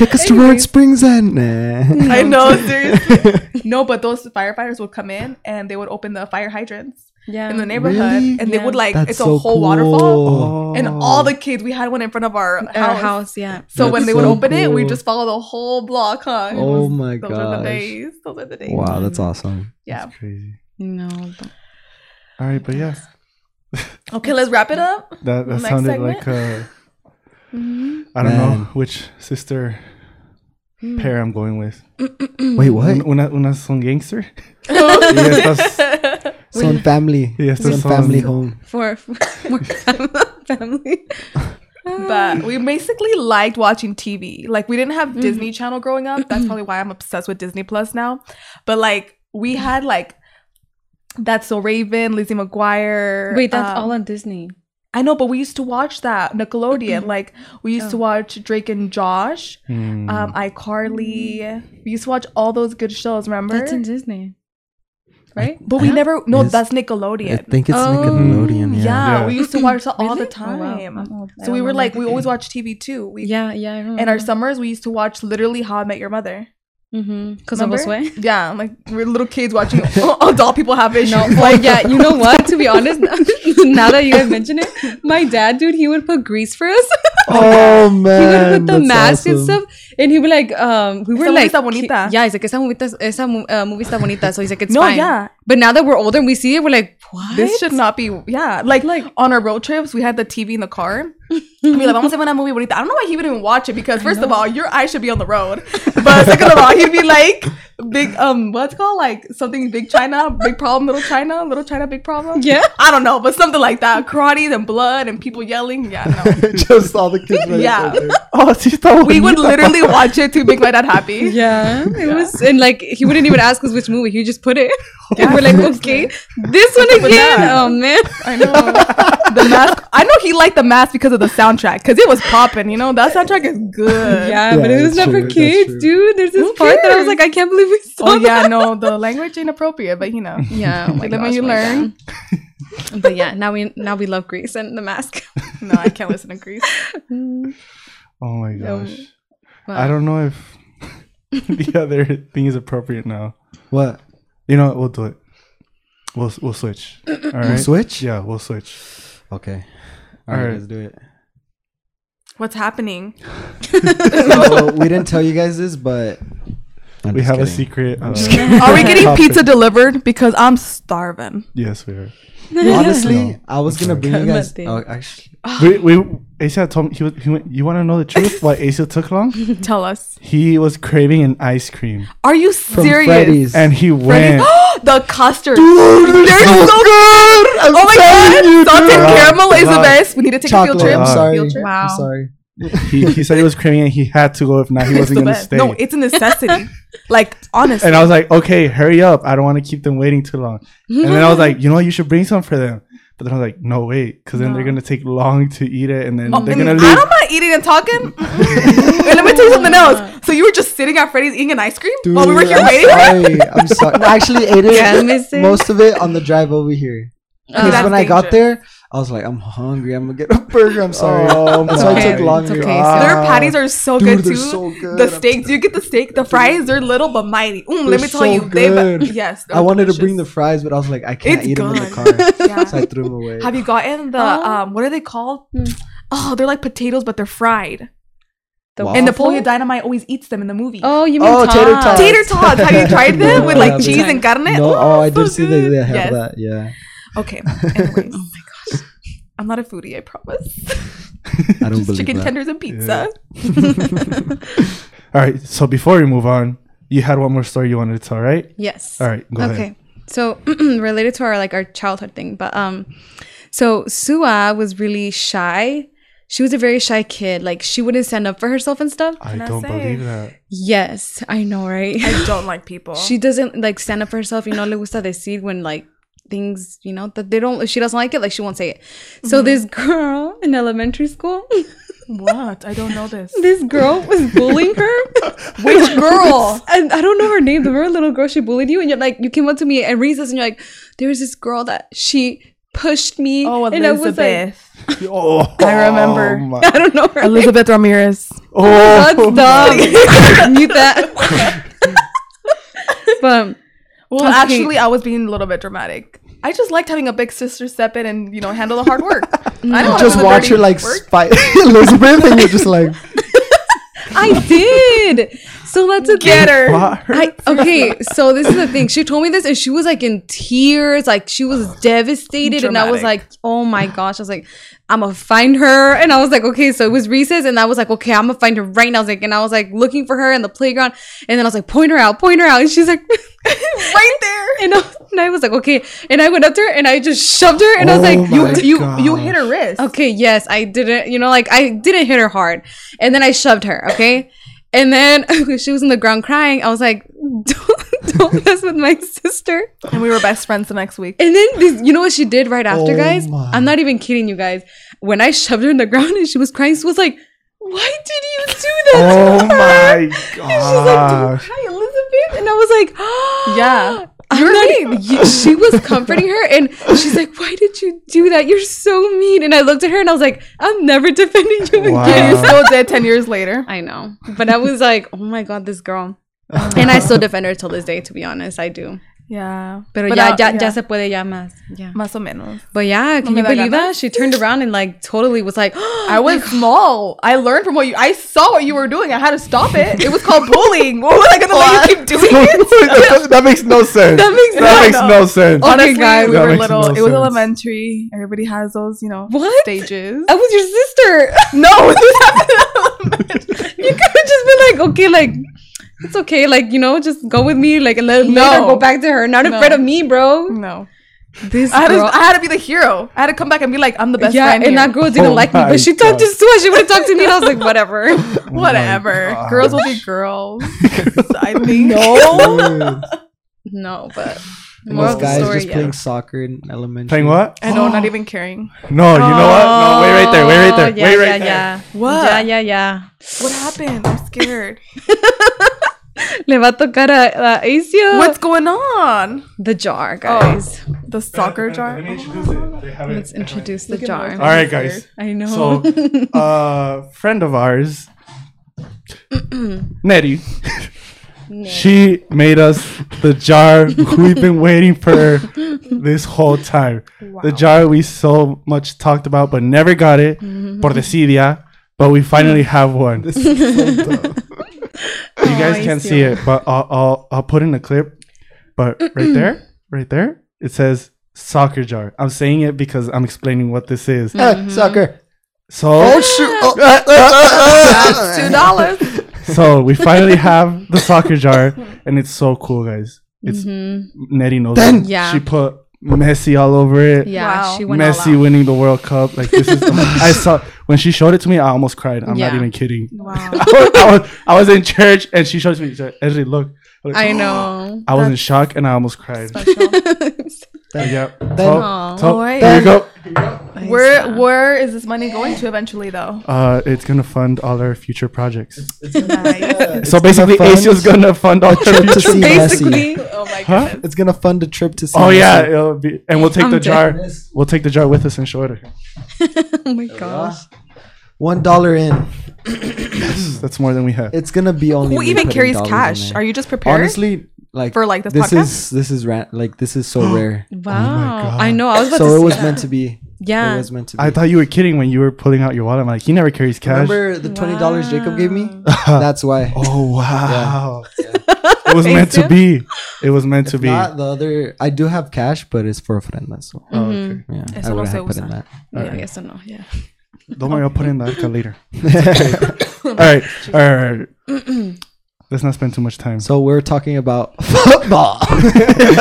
E: Take us to Red Springs then. Nah.
C: I know, seriously. [LAUGHS] No, but those firefighters would come in and they would open the fire hydrants
D: Yeah.
C: in the neighborhood,
E: Really?
C: and they would
D: Yeah.
C: like
E: That's
C: it's a
E: so
C: whole waterfall,
B: Oh.
E: cool.
C: and all the kids. We had one in front of our,
D: Our
C: house.
D: house, yeah.
C: [LAUGHS] So
E: That's
C: when they would
E: so
C: open it, we
E: cool.
C: just follow the whole block, huh? It
E: Oh
C: was-
E: my
C: Those are the
E: gosh.
C: days. Those are the days.
E: Wow, that's awesome.
C: Yeah.
B: That's crazy.
D: No. But
B: All right, but yeah,
C: Okay, let's wrap it up.
B: that, that
C: Next
B: sounded
C: segment?
B: like uh, I don't know
E: Man.
B: which sister
D: Mm-hmm.
B: pair I'm going with.
E: Wait, what?
B: Un- Una, una son
C: [LAUGHS]
B: gangster. [LAUGHS] y estas,
E: Son family.
B: y estas
E: Son
B: son
E: family home.
D: for, for more
B: [LAUGHS]
D: [LAUGHS] family.
C: But we basically liked watching TV. Like we didn't have
D: Mm-hmm.
C: Disney Channel growing up. That's probably why I'm obsessed with Disney Plus now. But like we had like That's So Raven, Lizzie McGuire.
D: Wait, that's
C: um,
D: all on Disney.
C: I know, but we used to watch that
D: [CLEARS THROAT]
C: Nickelodeon. like we used
D: Oh.
C: to watch Drake and Josh,
B: Mm.
C: um, iCarly. We used to watch all those good shows. Remember?
D: That's in Disney. Right?
C: but we never. No,
E: Yes.
C: that's
E: I
C: Nickelodeon.
E: think it's
D: Oh.
E: Nickelodeon.
C: yeah,
E: Yeah.
B: Yeah.
C: we used to watch that all the
D: Oh, wow.
C: time.
D: I'm old. I
C: So we
D: don't
C: were
D: remember.
C: like, we always watched TV too. We
D: [LAUGHS] Yeah, yeah, I remember.
C: In our summers, we used to watch literally How I Met Your Mother.
D: Because of us,
C: Remember?
D: [LAUGHS] way.
C: Yeah, like we're little kids watching [LAUGHS] adult people have issues.
D: [LAUGHS] No, oh yeah, you know what? To be honest, [LAUGHS] now that you guys mention it, my dad, dude, he would put grease for us. [LAUGHS]
E: Oh
D: he
E: man.
D: would put the
E: that's
D: mask and
E: awesome.
D: stuff, and he would like, um, we were
C: movie
D: like,
C: está bonita.
D: yeah, he's like, esa movie, está- esa mo- uh, movie está bonita. So he's like, it's
C: No,
D: fine.
C: yeah.
D: But now that we're older and we see it, we're like, what?
C: This should not be. Yeah, like like on our road trips, we had the TV in the car. I'd be like, vamos a ver una movie bonita. I don't know why he would even watch it because first of all, your eye should be on the road, but second of all, he'd be like, big um, what's it called like something big China, big problem, little China, little China, big problem.
D: Yeah.
C: I don't know, but something like that. Karate and blood and people yelling. Yeah, no.
E: [LAUGHS]
D: [LAUGHS]
E: Just all the kids. Right
C: [LAUGHS] Yeah.
E: there. Oh, sí está
C: we would
E: bonita.
C: literally watch it to make my dad happy.
D: [LAUGHS] Yeah, it was, and like he wouldn't even ask us which movie. He would just put it, [LAUGHS] and we're like, okay, this one again. Oh man,
C: I know. the mask. I know he liked the mask because of the soundtrack because it was popping. You know that soundtrack is good.
D: [LAUGHS] yeah, but
E: Yeah,
D: it
E: that's
D: was not
E: true,
D: for
E: that's
D: kids,
E: true.
D: dude. There's this
C: Who
D: part that I was
C: cares?
D: like, I can't believe we saw.
C: Oh
D: that.
C: yeah, no, the language inappropriate, but you know,
D: [LAUGHS] Yeah, oh my
C: like then when
D: gosh,
C: you
D: my
C: learn.
D: God. But yeah, now we now we love Greece and the mask. [LAUGHS]
C: No, I can't listen to Grease.
B: Oh my gosh. I
D: Wow.
B: don't know
C: [LAUGHS]
B: if [LAUGHS] the other thing is appropriate now.
E: What?
B: You know, what? we'll do it. We'll we'll
C: [CLEARS THROAT]
B: switch. All right.
E: switch?
B: Yeah, we'll switch.
E: Okay.
B: All
E: All right,
B: right.
E: let's do it.
C: [LAUGHS]
E: [LAUGHS]
C: What's happening?
E: so we didn't tell you guys this, but I'm
B: we
E: just
B: have a
E: kidding.
B: secret. uh,
C: Are we getting
E: Topic.
C: pizza delivered? Because I'm starving.
B: [LAUGHS] yes, we are.
C: [SIGHS]
E: Honestly, I was gonna bring you guys.
D: Cálmate.
E: Oh, actually,
B: we we Asa told me he was he went, you want to know the truth why Asa took
C: [LAUGHS]
B: long?
C: Tell us.
B: He was craving an ice cream
C: Are you
E: from
C: serious?
E: Freddy's.
B: and he went.
C: [GASPS] the custard. They're so good. oh my god,
E: telling you,
C: salted
E: dude.
C: caramel is the
B: Right.
C: best. We need to take
E: chocolate.
C: a field trip.
E: I'm
B: Uh,
E: sorry.
C: Field trip.
E: I'm
D: Wow.
E: sorry.
B: he, he said he was craving and he had to go if not he
C: It's
B: wasn't
C: the
B: gonna
C: best.
B: stay.
C: No, it's a necessity. like honestly.
B: and I was like, okay, hurry up! I don't want to keep them waiting too long. And then I was like, you know what? You should bring some for them. But then I was like, no, wait, because then they're gonna take long to eat it, and then they're gonna
C: Oh, And
B: leave.
C: I'm not eating and talking. Mm-mm. and let me tell you something else. So you were just sitting at Freddy's eating an ice cream while Oh, we were here
E: I'm
C: waiting. for it?
E: Sorry. I'm sorry. [LAUGHS] I actually ate
D: [LAUGHS]
E: it
D: Cálmese.
E: most of it on the drive
C: [LAUGHS]
E: over here. Because
C: Oh, that's
E: when I got
C: dangerous.
E: there, I was like, I'm hungry. I'm gonna get a burger. I'm sorry.
B: Oh
E: [LAUGHS] That's why
D: okay.
E: it took longer.
D: It's okay.
B: Ah.
C: Their patties are so
E: Dude,
C: good
E: they're
C: too.
E: so good.
C: The
E: I'm
C: steaks, you get the steak. The fries, they're little but mighty. Mm,
E: They're
C: let me tell
E: so
C: you, they
E: good.
C: yes.
E: I wanted to bring the fries, but I was like, I can't
C: It's
E: eat them in
C: gone. [LAUGHS]
E: the [LAUGHS] car,
C: Yeah.
E: so I threw them away.
C: Have you gotten the
D: Oh.
C: um? What are they called?
D: Hmm.
C: Oh, they're like potatoes, but they're fried.
D: The
E: Wow.
C: And
D: waffle?
C: Napoleon Dynamite always eats them in the movie.
D: Oh, you mean
E: Oh, tater
D: tots.
E: tots.
C: Tater tots. Have
E: [LAUGHS]
C: you tried them with
E: No, I
C: like
E: haven't.
C: cheese and carne?
E: No, oh, I did
C: so
E: see they, they
C: good.
E: have
C: Yes.
E: that.
C: [LAUGHS]
E: Yeah,
C: Okay. Anyways.
E: [LAUGHS]
C: oh my gosh. I'm not a foodie, I promise.
E: I don't
C: Just
E: [LAUGHS] believe
C: chicken
E: that.
C: tenders and pizza.
B: All right. So before we move on, you had one more story you wanted to tell, right?
D: Yes.
B: All right, go ahead.
D: okay. So [CLEARS THROAT] related to our like our childhood thing, but um, so Sua was really shy. She was a very shy kid. Like she wouldn't stand up for herself and stuff.
B: I
C: I
B: don't
C: say?
B: believe that.
D: Yes, I know, right?
C: I don't like people.
D: she doesn't like stand up for herself. You know, le gusta decir when like things,
C: Mm-hmm.
D: you know, that they don't. If she doesn't like it, like she won't say it. So this girl in elementary school, [LAUGHS]
C: What? I don't know this.
D: This girl was bullying her.
C: [LAUGHS]
D: Which girl? And I don't know her name. The very little girl she bullied you, and you're like, you came up to me at recess, and you're like, there was this girl that she pushed me.
C: Oh,
D: and I was like,
B: [LAUGHS]
C: Elizabeth.
B: Oh,
C: I remember.
B: my-
D: I don't know her. name.
C: Elizabeth Ramirez.
D: That's
B: Oh,
C: [LAUGHS]
D: dumb. [LAUGHS] Mute that. [LAUGHS] but
C: Well,
D: Okay.
C: actually, I was being a little bit dramatic. I just liked having a big sister step in and you know handle the hard
D: [LAUGHS]
C: work. I don't
E: Just watch her like
C: work. [LAUGHS]
E: spy Elizabeth, and you're just like,
D: I did. So that's a
C: get her.
D: [LAUGHS]
B: Bar-
D: I, okay, so this is the thing. She told me this, and she was like in tears, like she was devastated. And I was
C: Dramatic.
D: like, "Oh my gosh!" I was like, "I'm gonna find her." And I was like, "Okay." So it was recess, and I was like, "Okay, I'm gonna find her right now." I was like, and I was like looking for her in the playground, and then I was like, "Point her out, point her out," and she's like, [LAUGHS]
C: right there.
D: and I, and I was like, "Okay," and I went up to her and I just shoved her, and I was
B: Oh
D: like,
B: my
D: "You, you,
B: God.
C: You hit her wrist.
D: Okay, yes, I didn't, you know, like I didn't hit her hard. And then I shoved her, okay? And then [LAUGHS] she was on the ground crying. I was like, [LAUGHS] don't, don't mess with my sister.
C: And we were best friends the next
D: [LAUGHS]
C: week.
D: And then this, you know what she did right after,
E: Oh
D: guys?
E: my.
D: I'm not even kidding you guys. When I shoved her in the ground and she was crying, she was like, why did you do that?
B: oh
D: to her?
B: my
D: [LAUGHS] She's like, "Do you [LAUGHS]
B: gosh.
D: cry, Elizabeth? And I was like, [GASPS]
C: Yeah.
D: I'm not, y- she was comforting her and she's like, Why did you do that? You're so mean. And I looked at her and I was like, I'm never defending you
B: Wow.
D: again.
C: And you
B: Uh,
C: still did ten years later.
D: I know. But I was like, Oh my God, this girl. and I still defend her till this day, to be honest. I do.
C: Yeah.
D: Pero
C: But
D: ya,
C: now-
D: ya, ya se puede ya más. Yeah.
C: Más o menos.
D: But yeah, can
C: me
D: you
C: da
D: believe
C: ganas.
D: that? She turned around and like totally was [GASPS] like,
C: I was small. I learned from what you. I saw what you were doing. I had to stop it. It was called bullying. What was I gonna let you keep doing
B: [LAUGHS]
C: it?
B: that, that makes no sense.
D: [LAUGHS] [LAUGHS] That makes
B: that
C: no-
B: makes no sense.
D: Okay,
C: Honestly,
D: guys.
C: we
B: That
C: were
B: makes
C: little.
B: no
C: it was
B: sense.
C: elementary. Everybody has those, you know,
D: What? Oh.
C: stages.
D: I was your sister. [LAUGHS]
C: No, [LAUGHS] this happened. in elementary.
D: You could have just been like, okay, like it's okay, like you know, just go with me, like and let
C: No.
D: later go back to her. Not
C: No.
D: afraid of me, bro.
C: no,
D: This
C: I had, to,
D: girl,
C: I had to be the hero. I had to come back and be like, I'm the best
D: yeah,
C: friend.
D: and that
C: here.
D: girl didn't
B: Oh
D: like me,
B: my
D: but she talked to
B: God.
D: Sue. She would have talked to me, and I was like, whatever.
C: Whatever.
E: Oh
B: God.
C: girls will be girls.
E: [LAUGHS]
C: I think.
E: "Dude."
D: no, but
E: And this
D: moral of the
E: guy's
D: story,
E: just
D: yeah.
E: playing soccer in elementary.
B: Playing what?
C: I know, not even caring.
B: No, you know what? No, wait right there. Wait right there.
D: Oh,
B: wait right
D: yeah,
B: there.
D: yeah.
C: What?
D: Yeah, yeah, yeah.
C: What happened? I'm [LAUGHS] scared.
D: Le va a tocar a, a Acio.
C: What's going on?
D: the jar,
C: Oh.
D: guys?
C: The soccer jar.
D: Let's introduce the
C: Look at
D: jar.
C: my-
B: All right, guys.
D: I know.
B: So, uh, friend of ours, Nettie, she made us the jar we've been waiting for this whole time. The jar we so much talked about but never got it, por desidia, but we finally have one. you guys can't Oh, see it, but I'll, I'll, I'll put in a clip. But right there, right there, it says soccer jar. I'm saying it because I'm explaining what this is.
C: Mm-hmm.
E: Uh, soccer.
B: So
E: Oh shoot! Oh, uh,
A: Ah,
E: uh, uh, uh,
C: Two dollars.
B: so we finally have the soccer jar, and it's so cool, guys. It's Nettie knows. it.
D: Mm-hmm. Yeah.
B: she put Messi all over it.
D: yeah,
C: Wow.
D: she went
B: Messi
D: all out.
B: winning the World Cup. Like
D: [LAUGHS]
B: this is, I saw when she showed it to me, I almost cried. I'm not
D: Yeah.
B: even kidding.
C: Wow.
B: [LAUGHS] I was, I was, I was in church, and she showed it to me. She's like, Ezri, look. I'm like,
D: I know.
B: [GASPS] I was in shock, and I almost cried.
E: That-
B: Yeah.
D: Aw.
B: So, so
C: Alright.
B: here you go.
C: [LAUGHS] Where where is this money going to eventually though?
B: Uh, it's gonna fund all our future projects.
C: Nice.
B: so basically,
E: fund-
B: Acio's gonna fund all our
E: Trip to
B: future.
E: see Messi.
D: Basically,
C: oh my
B: Huh?
C: goodness.
E: It's gonna fund a trip to see.
B: Oh yeah,
E: Messi.
B: it'll be, and we'll take
D: I'm
B: the jar.
D: dead.
B: We'll take the jar with us and show it. to her.
D: oh my gosh.
E: One dollar in.
B: That's more than we have.
E: Hmm. It's gonna be only.
C: Who
E: me
C: even
E: putting
C: carries
E: dollars in
C: cash?
E: there.
C: Are you just prepared?
E: honestly like
C: For, like, this podcast?
E: is this is ra- like this
B: [GASPS]
E: is so rare.
D: Wow.
B: Oh God.
D: I know. I was about
E: so
D: to
E: it
D: say
E: was
D: that.
E: meant to be.
D: Yeah.
E: It was meant to be.
B: I thought you were kidding when you were pulling out your wallet. I'm like, he never carries cash. [LAUGHS]
E: Remember the twenty dollars Jacob gave me?
B: Wow.
E: That's why.
B: Oh wow! it was meant
E: [LAUGHS]
B: to
D: Acio?
B: be. It was meant to be.
E: Not the other. I do have cash, but it's for ofrenda. So
C: Mm-hmm.
B: Oh, okay.
E: yeah,
C: Eso
E: I
C: no
E: would
C: se
E: have put in
C: usa.
E: that.
D: yeah, I guess I know. Yeah. [LAUGHS]
B: Don't worry, I'll put
E: [LAUGHS]
B: in the arca later. all right, all right, all right. Let's not spend too much time.
E: So we're talking about
B: [LAUGHS]
E: [LAUGHS] football.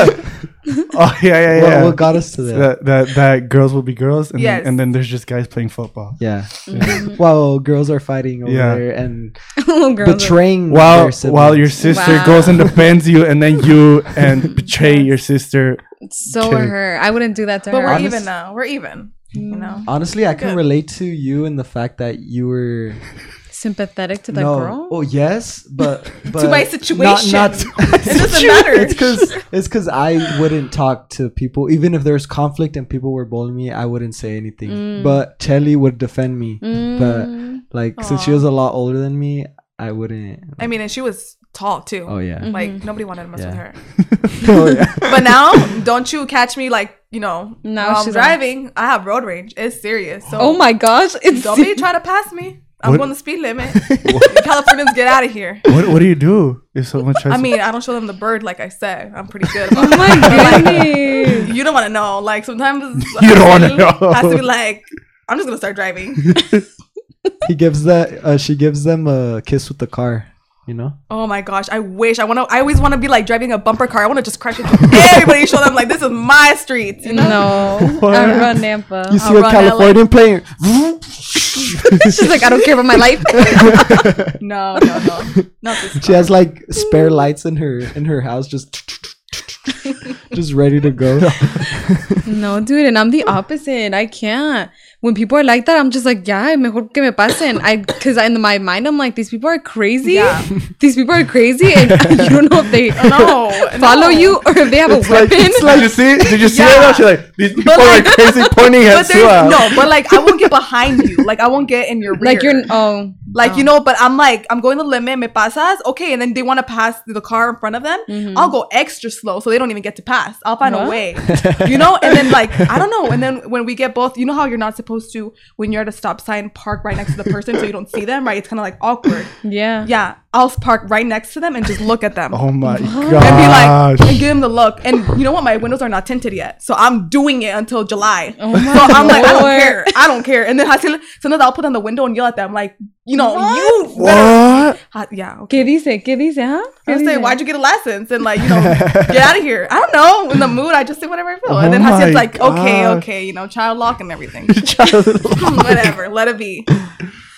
B: oh yeah, yeah, yeah.
E: what, what got us to that?
B: that, that that girls will be girls, and
C: Yes.
B: then, and then there's just guys playing football.
E: Yeah.
C: Mm-hmm.
E: While girls are fighting over
B: Yeah.
E: there and
D: oh, girl.
E: betraying
B: While
E: their siblings.
B: while your sister
D: Wow.
B: goes and defends you, and then
C: [LAUGHS]
B: you and betray your sister
D: so are
B: Okay.
D: her. I wouldn't do that to
C: But
D: her.
C: we're
D: Honest-
C: even now. We're even. you know.
E: Honestly, I can relate to you in the fact that you were
D: Sympathetic to that
E: no.
D: girl.
E: Oh
C: [LAUGHS]
E: yes, but, but
C: my
E: not-
C: situation.
E: not-
C: [LAUGHS] It
E: [LAUGHS]
C: doesn't matter.
E: It's because it's because I wouldn't talk to people, even if there was conflict and people were bullying me. I wouldn't say anything.
C: Mm.
E: But Chelly would defend me. But like since she was a lot older than me, I wouldn't.
C: I mean, and she was tall too.
E: Oh yeah.
C: Like nobody wanted to mess with
E: Yeah.
C: her.
E: oh yeah.
C: [LAUGHS] But
D: [LAUGHS]
C: now, don't you catch me like you know
D: Now
C: while I'm
D: she's
C: driving. I have road rage. It's serious. So
D: Oh my gosh! It's
C: don't
D: [LAUGHS]
C: be trying to pass me. I'm
B: What-
C: on the speed
B: [LAUGHS]
C: limit. [LAUGHS] Californians, get out of here.
B: What What do you do if someone tries?
C: I
B: to- [LAUGHS]
C: mean, I don't show them the bird like I said. I'm pretty good. About
D: oh
C: [LAUGHS]
D: my goodness!
C: You don't want to know. Like sometimes
B: [LAUGHS] You don't wanna know.
C: Has to be like I'm just gonna start
B: [LAUGHS]
C: driving.
E: he gives that. Uh, she gives them a kiss with the car. You know.
C: Oh my gosh, I wish I want to. I always want to be like driving a bumper car. I want to just crash into everybody. Show them like this is my streets. You know?
D: No,
B: What?
D: I run Nampa.
E: You see a
C: run LA.
E: Californian plane. [LAUGHS]
D: She's like, I don't care about my life.
C: No, no, no, not this.
E: She has like spare lights in her in her
C: [LAUGHS]
E: house, just [LAUGHS] just ready to go.
D: no, dude, and I'm the opposite. I can't. When people are like that, I'm just like, yeah, mejor que me pasen. I, because in my mind, I'm like, these people are crazy.
C: Yeah.
D: These people are crazy, and [LAUGHS] you don't know if they
C: [LAUGHS] No,
D: follow
C: no.
D: you or if they have a
B: like,
D: weapon.
C: [LAUGHS]
B: did you see? Did you see
C: Yeah.
B: that? She's like, these people
C: like-
B: are
C: [LAUGHS]
B: crazy pointing
C: But
B: at
C: there's,
B: you.
C: no, but like I won't get behind you. Like I won't get in your rear.
D: [LAUGHS] like you're oh
C: Like you know, but I'm like I'm going the limit. Me pasas, okay, and then they want to pass the car in front of them. I'll go extra slow, so they don't even get to pass. I'll find
D: Mm-hmm. What?
C: a
D: [LAUGHS]
C: way, you know. And then like I don't know. And then when we get both, you know how you're not supposed to when you're at a stop sign park right next to the person so you don't see them, right? It's kind of like
D: [LAUGHS]
C: awkward.
D: yeah
C: Yeah, I'll park right next to them and just look at them.
B: Oh my
C: And be
B: gosh!
C: like, and give them the look. And you know what? My windows are not tinted yet, so I'm doing it until July.
D: Oh my
C: so I'm like, I don't
D: Lord.
C: care. I don't care. And then Hasil, sometimes I'll put on the window and yell at them, like, you know, you. better-
B: what?
C: Ha- yeah. Okay.
D: ¿Qué dice? ¿Qué dice? Huh?
C: I
D: ¿Qué
C: say,
D: dice?
C: why'd you get a license? And like,
B: [LAUGHS]
C: you know, get out of here. I don't know. In the mood, I just say whatever I feel. And then
B: Oh my
C: Hasil's like, okay,
B: God.
C: okay, you know, child lock and
B: [LAUGHS]
C: everything. [LAUGHS] whatever, let it be.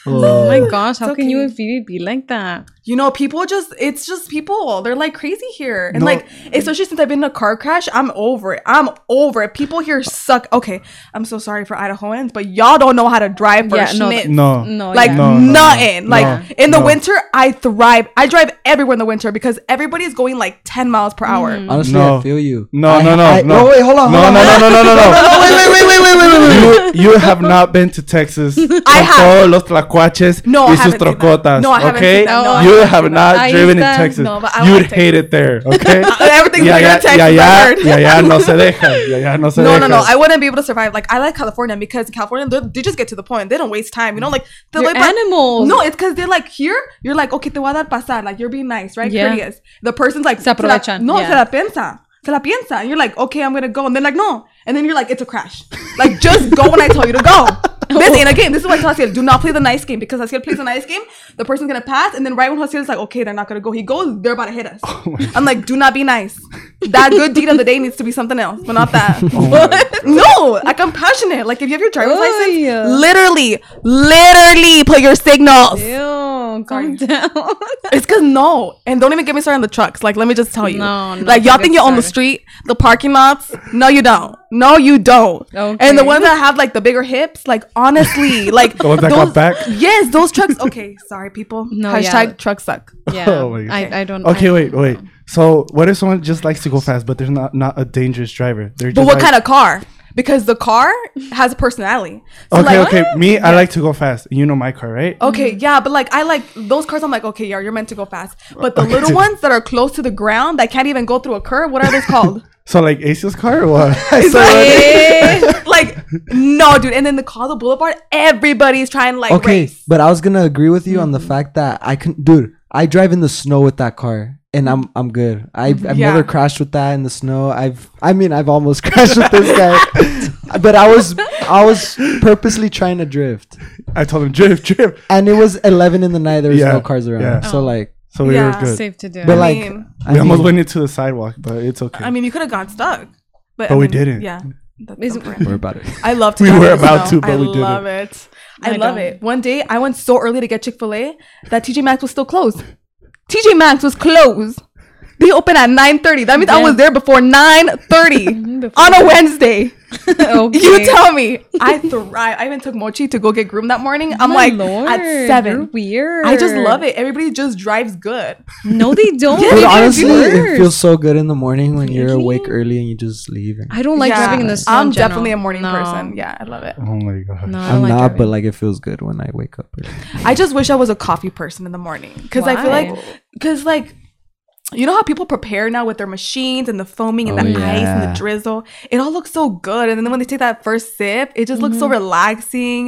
D: Oh my gosh! How
C: It's
D: can you
C: okay.
D: and Phoebe be like that?
C: You know, people just, it's just people. They're like crazy here. And
B: No.
C: like, especially since I've been in a car crash, I'm over it. I'm over it. People here suck. Okay, I'm so sorry for Idahoans, but y'all don't know how to drive for
D: Yeah, no,
C: schmidt.
B: No,
D: No,
C: Like
D: yeah.
B: No, no,
C: nothing.
B: no,
C: like in the
B: no.
C: winter, I thrive. I drive everywhere in the winter because everybody's going like 10 miles per hour.
D: Mm-hmm.
E: Honestly,
B: No.
E: I feel you.
B: No,
E: I-
B: no, no,
E: I-
B: no.
E: wait, hold on,
B: No,
E: hold on.
B: no, no, no, no, no, no.
C: [LAUGHS]
E: wait, [LAUGHS] wait, wait, wait, wait, wait, wait, wait.
B: You, you have not been to Texas.
C: I
B: con
C: have.
B: Todos los tlacuaches
C: No, I
B: y sus
C: haven't seen that.
B: trocotas.
C: No, I haven't
B: okay?
C: seen that. No, I
B: you
C: haven't
B: have
C: seen
B: not
D: that.
B: driven in
D: Ahí está.
B: Texas.
C: No, but I
B: You'd
C: want
B: hate it there.
C: [LAUGHS]
B: Okay.
C: Everything's
B: yeah,
C: bigger
B: yeah,
C: in Texas,
B: yeah,
C: I
B: yeah,
C: heard.
B: yeah, yeah. No se dejan. Yeah, yeah, no se
C: No,
B: dejan.
C: no, no. I wouldn't be able to survive. Like, I like California because in California, they- they just get to the point. They don't waste time. You know, like, they're
D: They're
C: like, but-
D: animals.
C: No, it's because they're like, here, you're like, okay, te voy a dar pasar. Like, you're being nice, right?
D: Yeah.
C: Courteous. The person's like,
D: Se aprovechan,
C: "Se la- no,
D: yeah.
C: se la piensa. Se la piensa. And you're like, okay, I'm going to go. And they're like, no. And then you're like, it's a crash. Like, just go when I tell you to go. This ain't a game. This is why I tell Haciel, do not play the nice game because Haciel plays the nice game. The person's going to pass. And then right when Haciel's like, okay, they're not going to go, he goes, they're about to hit us. I'm like, do not be nice. That good deed of the day needs to be something else, but not that. [LAUGHS] no, like I'm passionate. Like if you have your driver's
D: Oy.
C: license, literally, literally put your signals.
D: Ew, calm down.
C: [LAUGHS] It's cause no, and don't even get me started on the trucks. Like, let me just tell you,
D: No, no,
C: like y'all
D: don't
C: think
D: get
C: you're on the
D: started.
C: street, the parking lots. No, you don't. No, you don't. And
D: Okay.
C: the ones that have like the bigger hips, like
D: [LAUGHS]
C: honestly, like
B: The ones that got back?
C: Yes,
B: [LAUGHS]
C: those trucks. Okay, sorry, people.
D: No,
C: Hashtag
D: yeah.
C: trucks suck.
D: yeah,
B: Oh my God.
D: I, I don't.
B: Okay,
D: I,
B: wait, wait. So, what if someone just likes to go fast, but they're not not a dangerous driver? They're just
C: But what
B: like,
C: kind of car? Because the car has a personality. So,
B: Okay,
C: like, Oh.
B: okay. Me, I like to go fast. You know my car, right?
C: [GASPS] Okay, yeah, but like I like those cars. I'm like, okay, yeah, you're meant to go fast. But the
B: Okay, [LAUGHS]
C: little
B: dude.
C: ones that are close to the ground that can't even go through a curb, what are those called?
B: So, like Ace's car [LAUGHS] or what?
C: [LAUGHS] like, no, dude. And then the Causal Boulevard, everybody's trying to like
E: Okay,
C: race.
E: but I was gonna agree with you on the fact that I can, dude. I drive in the snow with that car, and I'm I'm good. I've, I've
C: Yeah.
E: never crashed with that in the snow. I've I mean I've almost [LAUGHS] crashed with
B: [LAUGHS]
E: this guy, but I was I was purposely trying to drift,
B: I told him drift, drift.
E: and it was 11 in the night. There was
B: Yeah,
E: no cars around,
B: yeah.
E: so like
B: So we
C: Yeah. Mm-hmm.
B: were good.
D: safe to do.
E: but
C: I
E: like
C: mean-
E: I
B: we almost
E: mean-
B: went into the sidewalk, but it's okay.
C: I mean, you could have got stuck, but,
B: But
C: I
B: we
C: mean,
B: didn't.
C: Yeah, that's
D: Is-
C: different.
E: Worry about it.
C: I love to.
B: We
C: drive
B: were
C: in the
B: about to,
C: snow.
B: but we
C: I
B: didn't.
C: love it. I,
D: Oh I
C: love
D: don't.
C: it. One day, I went so early to get Chick Fil A that TJ Maxx was still closed. TJ Maxx was closed. They open at nine thirty. That means I
D: Yeah.
C: was there before nine thirty
D: [LAUGHS] before
C: on a
D: that.
C: Wednesday.
D: [LAUGHS] okay.
C: [LAUGHS] You tell me. I thrive. I even took Mochi to go get groomed that morning. I'm
D: My
C: like
D: Lord,
C: at
D: You're
C: seven.
D: weird.
C: I just love it. Everybody just drives [LAUGHS] good.
D: No, they don't.
C: Yeah, they
E: But
D: They
C: do.
D: drive
E: honestly, it
D: worse.
E: feels so good in the morning when you're
D: Really?
E: awake early and you just leave. And
D: I don't like
C: Yeah.
D: driving in the snow.
C: I'm
D: in general.
C: definitely a morning
D: No.
C: person. Yeah, I love it.
B: Oh my god.
D: No, I don't
E: I'm
D: like
E: not,
D: [LAUGHS] driving.
E: but like it feels good when I
C: [LAUGHS]
E: wake up. Early.
C: I just wish I was a coffee person in the morning because I feel
D: Why?
C: like because like you know how people prepare now with their machines and the foaming and
E: Oh,
C: the ice and
E: yeah.
C: the drizzle. It all looks so good, and then when they take that first sip, it just looks so
E: Mm-hmm.
C: relaxing.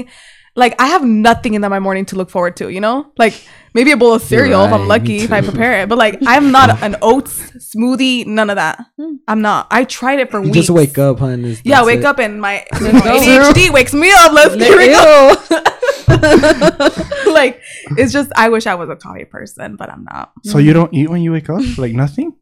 C: Like I have nothing in that my morning to look forward to. You know, like maybe a bowl of cereal if
E: right,
C: I'm
E: me
C: lucky if I
E: too.
C: prepare it, but like I'm not an oats smoothie, none of that. I'm not. I tried it for
E: Hmm. You
C: weeks.
E: just wake up, hun. is-
C: Yeah,
E: that's
C: wake
E: it.
C: up and [LAUGHS] my you know, ADHD wakes me up. Let's
D: Ew.
C: here we [LAUGHS] go [LAUGHS] like it's just I wish I was a coffee person, but I'm not.
B: So you don't eat when you wake up? Like nothing?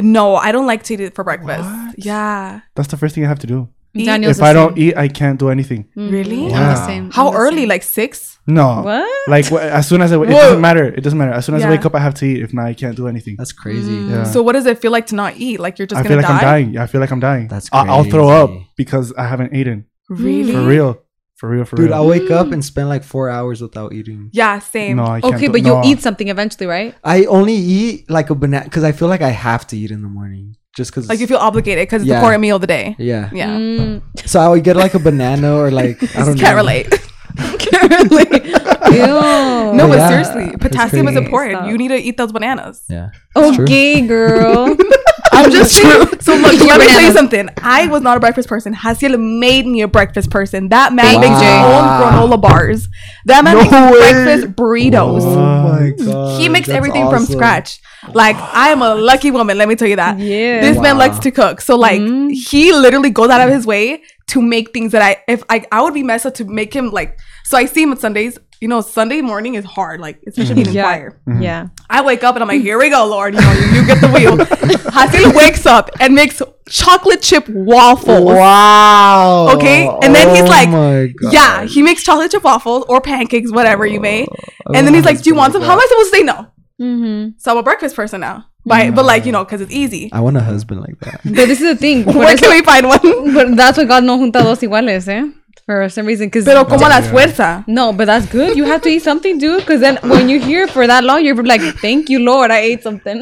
C: No, I don't like to eat it for breakfast.
B: What?
C: Yeah.
B: That's the first thing I have to do.
D: Daniel's
B: if
D: the
B: I
D: same.
B: don't eat, I can't do anything.
D: Mm,
C: Really?
D: I'm the
B: Yeah.
D: same.
C: How
D: I'm the
C: early?
D: same.
C: Like six?
B: No.
D: What?
B: Like wh- as soon as I wake, it
C: Whoa.
B: doesn't matter. It doesn't matter. As soon as
C: Yeah. Mm,
B: I wake up, I have to eat. If not, I can't do anything.
E: That's crazy.
B: Yeah.
C: So what does it feel like to not eat? Like you're just
B: I feel
C: gonna
B: like I'm
C: die?
B: dying. Yeah, I feel like I'm dying.
E: That's
B: I- I'll throw up
E: crazy.
B: because I haven't eaten.
C: Really?
B: For real. For real. For
E: Dude,
B: real.
E: I'll wake up and spend like four hours without eating.
C: Yeah, same.
B: no, I can't.
D: Okay,
B: do-
D: but you'll
B: no.
D: eat something eventually, right?
E: I only eat like a banana because I feel like I have to eat in the morning just because.
C: Like you feel obligated because it's the
E: Yeah.
C: important meal of the day.
E: Yeah.
C: Yeah.
D: Mm,
E: So I would get like a banana
C: [LAUGHS]
E: or like I don't
C: Can't
B: [LAUGHS]
E: know.
C: relate. [LAUGHS]
D: can't relate. Ew.
C: No,
B: Oh,
E: But
C: but
E: yeah,
C: seriously,
E: it's
C: potassium is
E: crazy.
C: important.
D: Stop.
C: You need to eat those bananas.
E: Yeah. it's true.
D: Okay, girl.
C: [LAUGHS]
E: [LAUGHS]
C: I'm just saying. So look,
D: Eat your
C: let me tell you
D: bananas.
C: something. I was not a breakfast person. Hasiel made me a breakfast person. That man
D: Thank
C: makes
E: you,
C: his
E: Jay.
C: own
E: Wow.
C: granola bars. That man
E: No
C: makes
E: way.
C: breakfast burritos.
B: Wow.
E: Oh
C: [LAUGHS]
E: god.
C: he makes
E: that's
C: everything from
E: awesome.
C: scratch. Like I am a lucky woman, let me tell you that.
D: Yeah.
C: This man
E: Wow.
C: likes to cook. So like
D: Mhm.
C: he literally goes out of his way to make things that I if I I would be messed up to make him like so I see him on Sundays. You know, Sunday morning is hard, like especially being in
D: Yeah.
C: choir.
D: yeah.
C: I wake up and I'm like, here we go, Lord. You know, you, you get the
E: [LAUGHS]
C: wheel. Hasil wakes up and makes chocolate chip waffles.
E: Wow.
C: Okay, and then he's
E: Oh
C: like,
E: my God.
C: Yeah, he makes chocolate chip waffles or pancakes, whatever you may.
E: I
C: And then
E: love
C: he's like,
E: this
C: Do you want some?
E: video.
C: How am I supposed to say no?
D: Mm-hmm.
C: So I'm a breakfast person now. But, but like, you know, because it's easy.
E: I want a husband like that.
D: But this is the thing.
C: [LAUGHS]
D: Por
C: Where
D: eso,
C: can we find one? [LAUGHS]
D: but that's why God no junta dos iguales, eh? For some reason, because
C: Pero como las fuerza.
D: no, but that's good. You have to eat something, dude. Because then when you hear it for that long, you're like, "Thank you, Lord, I ate
C: [LAUGHS]
D: something."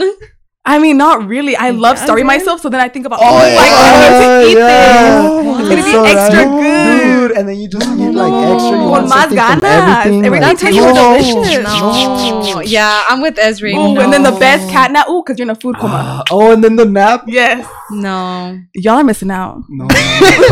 C: I mean, not really. I love
D: Yeah,
C: starving
D: dude.
C: myself, so then I think about, oh, like, I want to eat this.
E: It's
C: gonna be extra good.
E: Oh, Dude, and then you just eat like extra. You
D: Con
E: want
C: más
E: something from
C: ganas.
E: Everything,
C: Everything
E: like,
C: tastes
E: no.
C: delicious.
D: No. Yeah, I'm with Ezri.
C: Ooh,
D: no.
C: and then the best cat now. Ooh, because you're in a food
E: [GASPS]
C: coma.
E: Oh, and then the nap.
C: [LAUGHS] yes.
D: No.
C: Y'all are missing out.
B: No.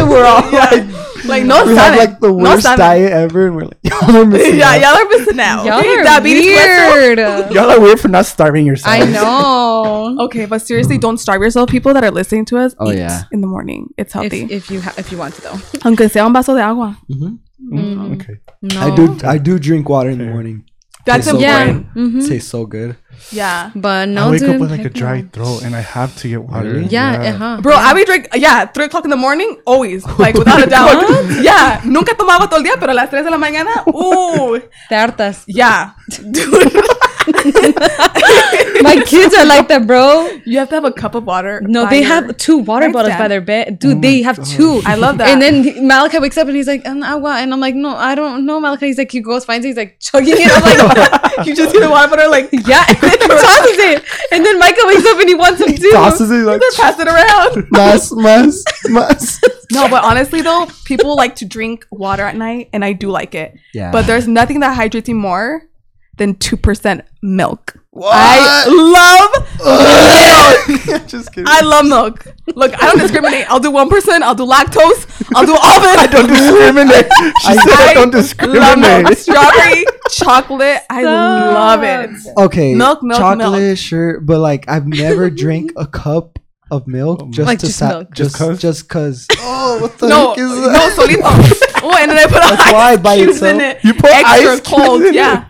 E: we're all like,
C: [LAUGHS] Like, no
E: [LAUGHS] we have
C: saben.
E: like the
C: No
E: worst
C: saben.
E: diet ever, and we're like, [LAUGHS] y'all are missing
C: [LAUGHS] Yeah,
E: out.
C: y'all are missing out. [LAUGHS]
D: Y'all
C: Okay,
D: are
C: diabetes fuerza.
D: weird.
C: [LAUGHS]
B: Y'all are weird for not starving yourself.
D: I know.
C: Okay, but seriously, don't starve yourself. People that are listening to us,
E: Oh,
C: eat
E: yeah.
C: in the morning. It's
D: If,
C: healthy.
D: if you ha- if you want to though.
C: Aunque sea un vaso de agua.
E: Mhm.
B: Mm, Okay.
D: No.
E: I do. I do drink water in the morning.
C: Oh. That's Mm-hmm.
E: Tastes so
D: Yeah.
C: important.
E: good.
D: hmm
E: Tastes so good.
C: Yeah.
D: But no.
B: I wake up
D: dude,
B: with like a
D: heck no.
B: dry throat and I have to get water.
E: Really?
D: Yeah. Uh-huh.
C: Bro, I would drink, yeah, 3 o'clock in the morning,
E: [LAUGHS]
C: always. Like, without a doubt. [LAUGHS] yeah. Nunca tomaba todo el día, pero a las 3 de la mañana, ooh. [LAUGHS]
D: Te hartas.
C: Yeah. Dude.
D: My kids are like that, bro.
C: You have to have a cup of water.
D: No,
C: by
D: they
C: your- [LAUGHS]
D: have two water bottles by
C: nightstand.
D: their bed.
E: Oh
D: Dude, they have two.
C: I love that.
D: And then he- Malachi wakes up and he's like, an agua. And I'm like, no, I don't know, Malachi. He's like, he goes, finds it. He's like, chugging it. I'm
E: [LAUGHS]
D: like,
C: you just hear the water bottle, like,
D: yeah. And then [LAUGHS] he tosses it. And then Michael wakes up and he wants him too.
E: Tosses it
C: [LAUGHS]
E: like [LAUGHS]
C: pass it around.
E: mass, mass,
C: [LAUGHS]
E: mass.
C: No, but honestly, though, people like to drink water at night, and I do like it.
E: Yeah.
C: But there's nothing that hydrates me more than 2% milk.
E: What?
C: I love
B: [LAUGHS]
E: just kidding.
C: uh-huh. I love milk. Look, I don't discriminate. I'll do 1%, I'll do lactose, I'll do all of it. I don't
B: Discriminate. She said I don't
C: [LAUGHS] love
B: [LAUGHS]
C: milk.
B: discriminate.
C: Strawberry, chocolate. I love it.
E: okay.
C: Milk, milk,
E: chocolate,
C: milk.
E: sure, but like I've never drank
C: [LAUGHS]
E: a cup of milk just
D: Like,
E: to
D: just
E: sa-
D: milk.
E: Oh just
B: Just 'cause?
E: just cause. Oh, what [LAUGHS] the
C: No,
E: heck is
C: no, solito. Oh, and then I put
E: That's why
C: ice
E: by
C: cubes in
E: itself.
C: it.
B: You put
C: Extra
B: ice cubes
C: cold,
B: in it.
C: yeah.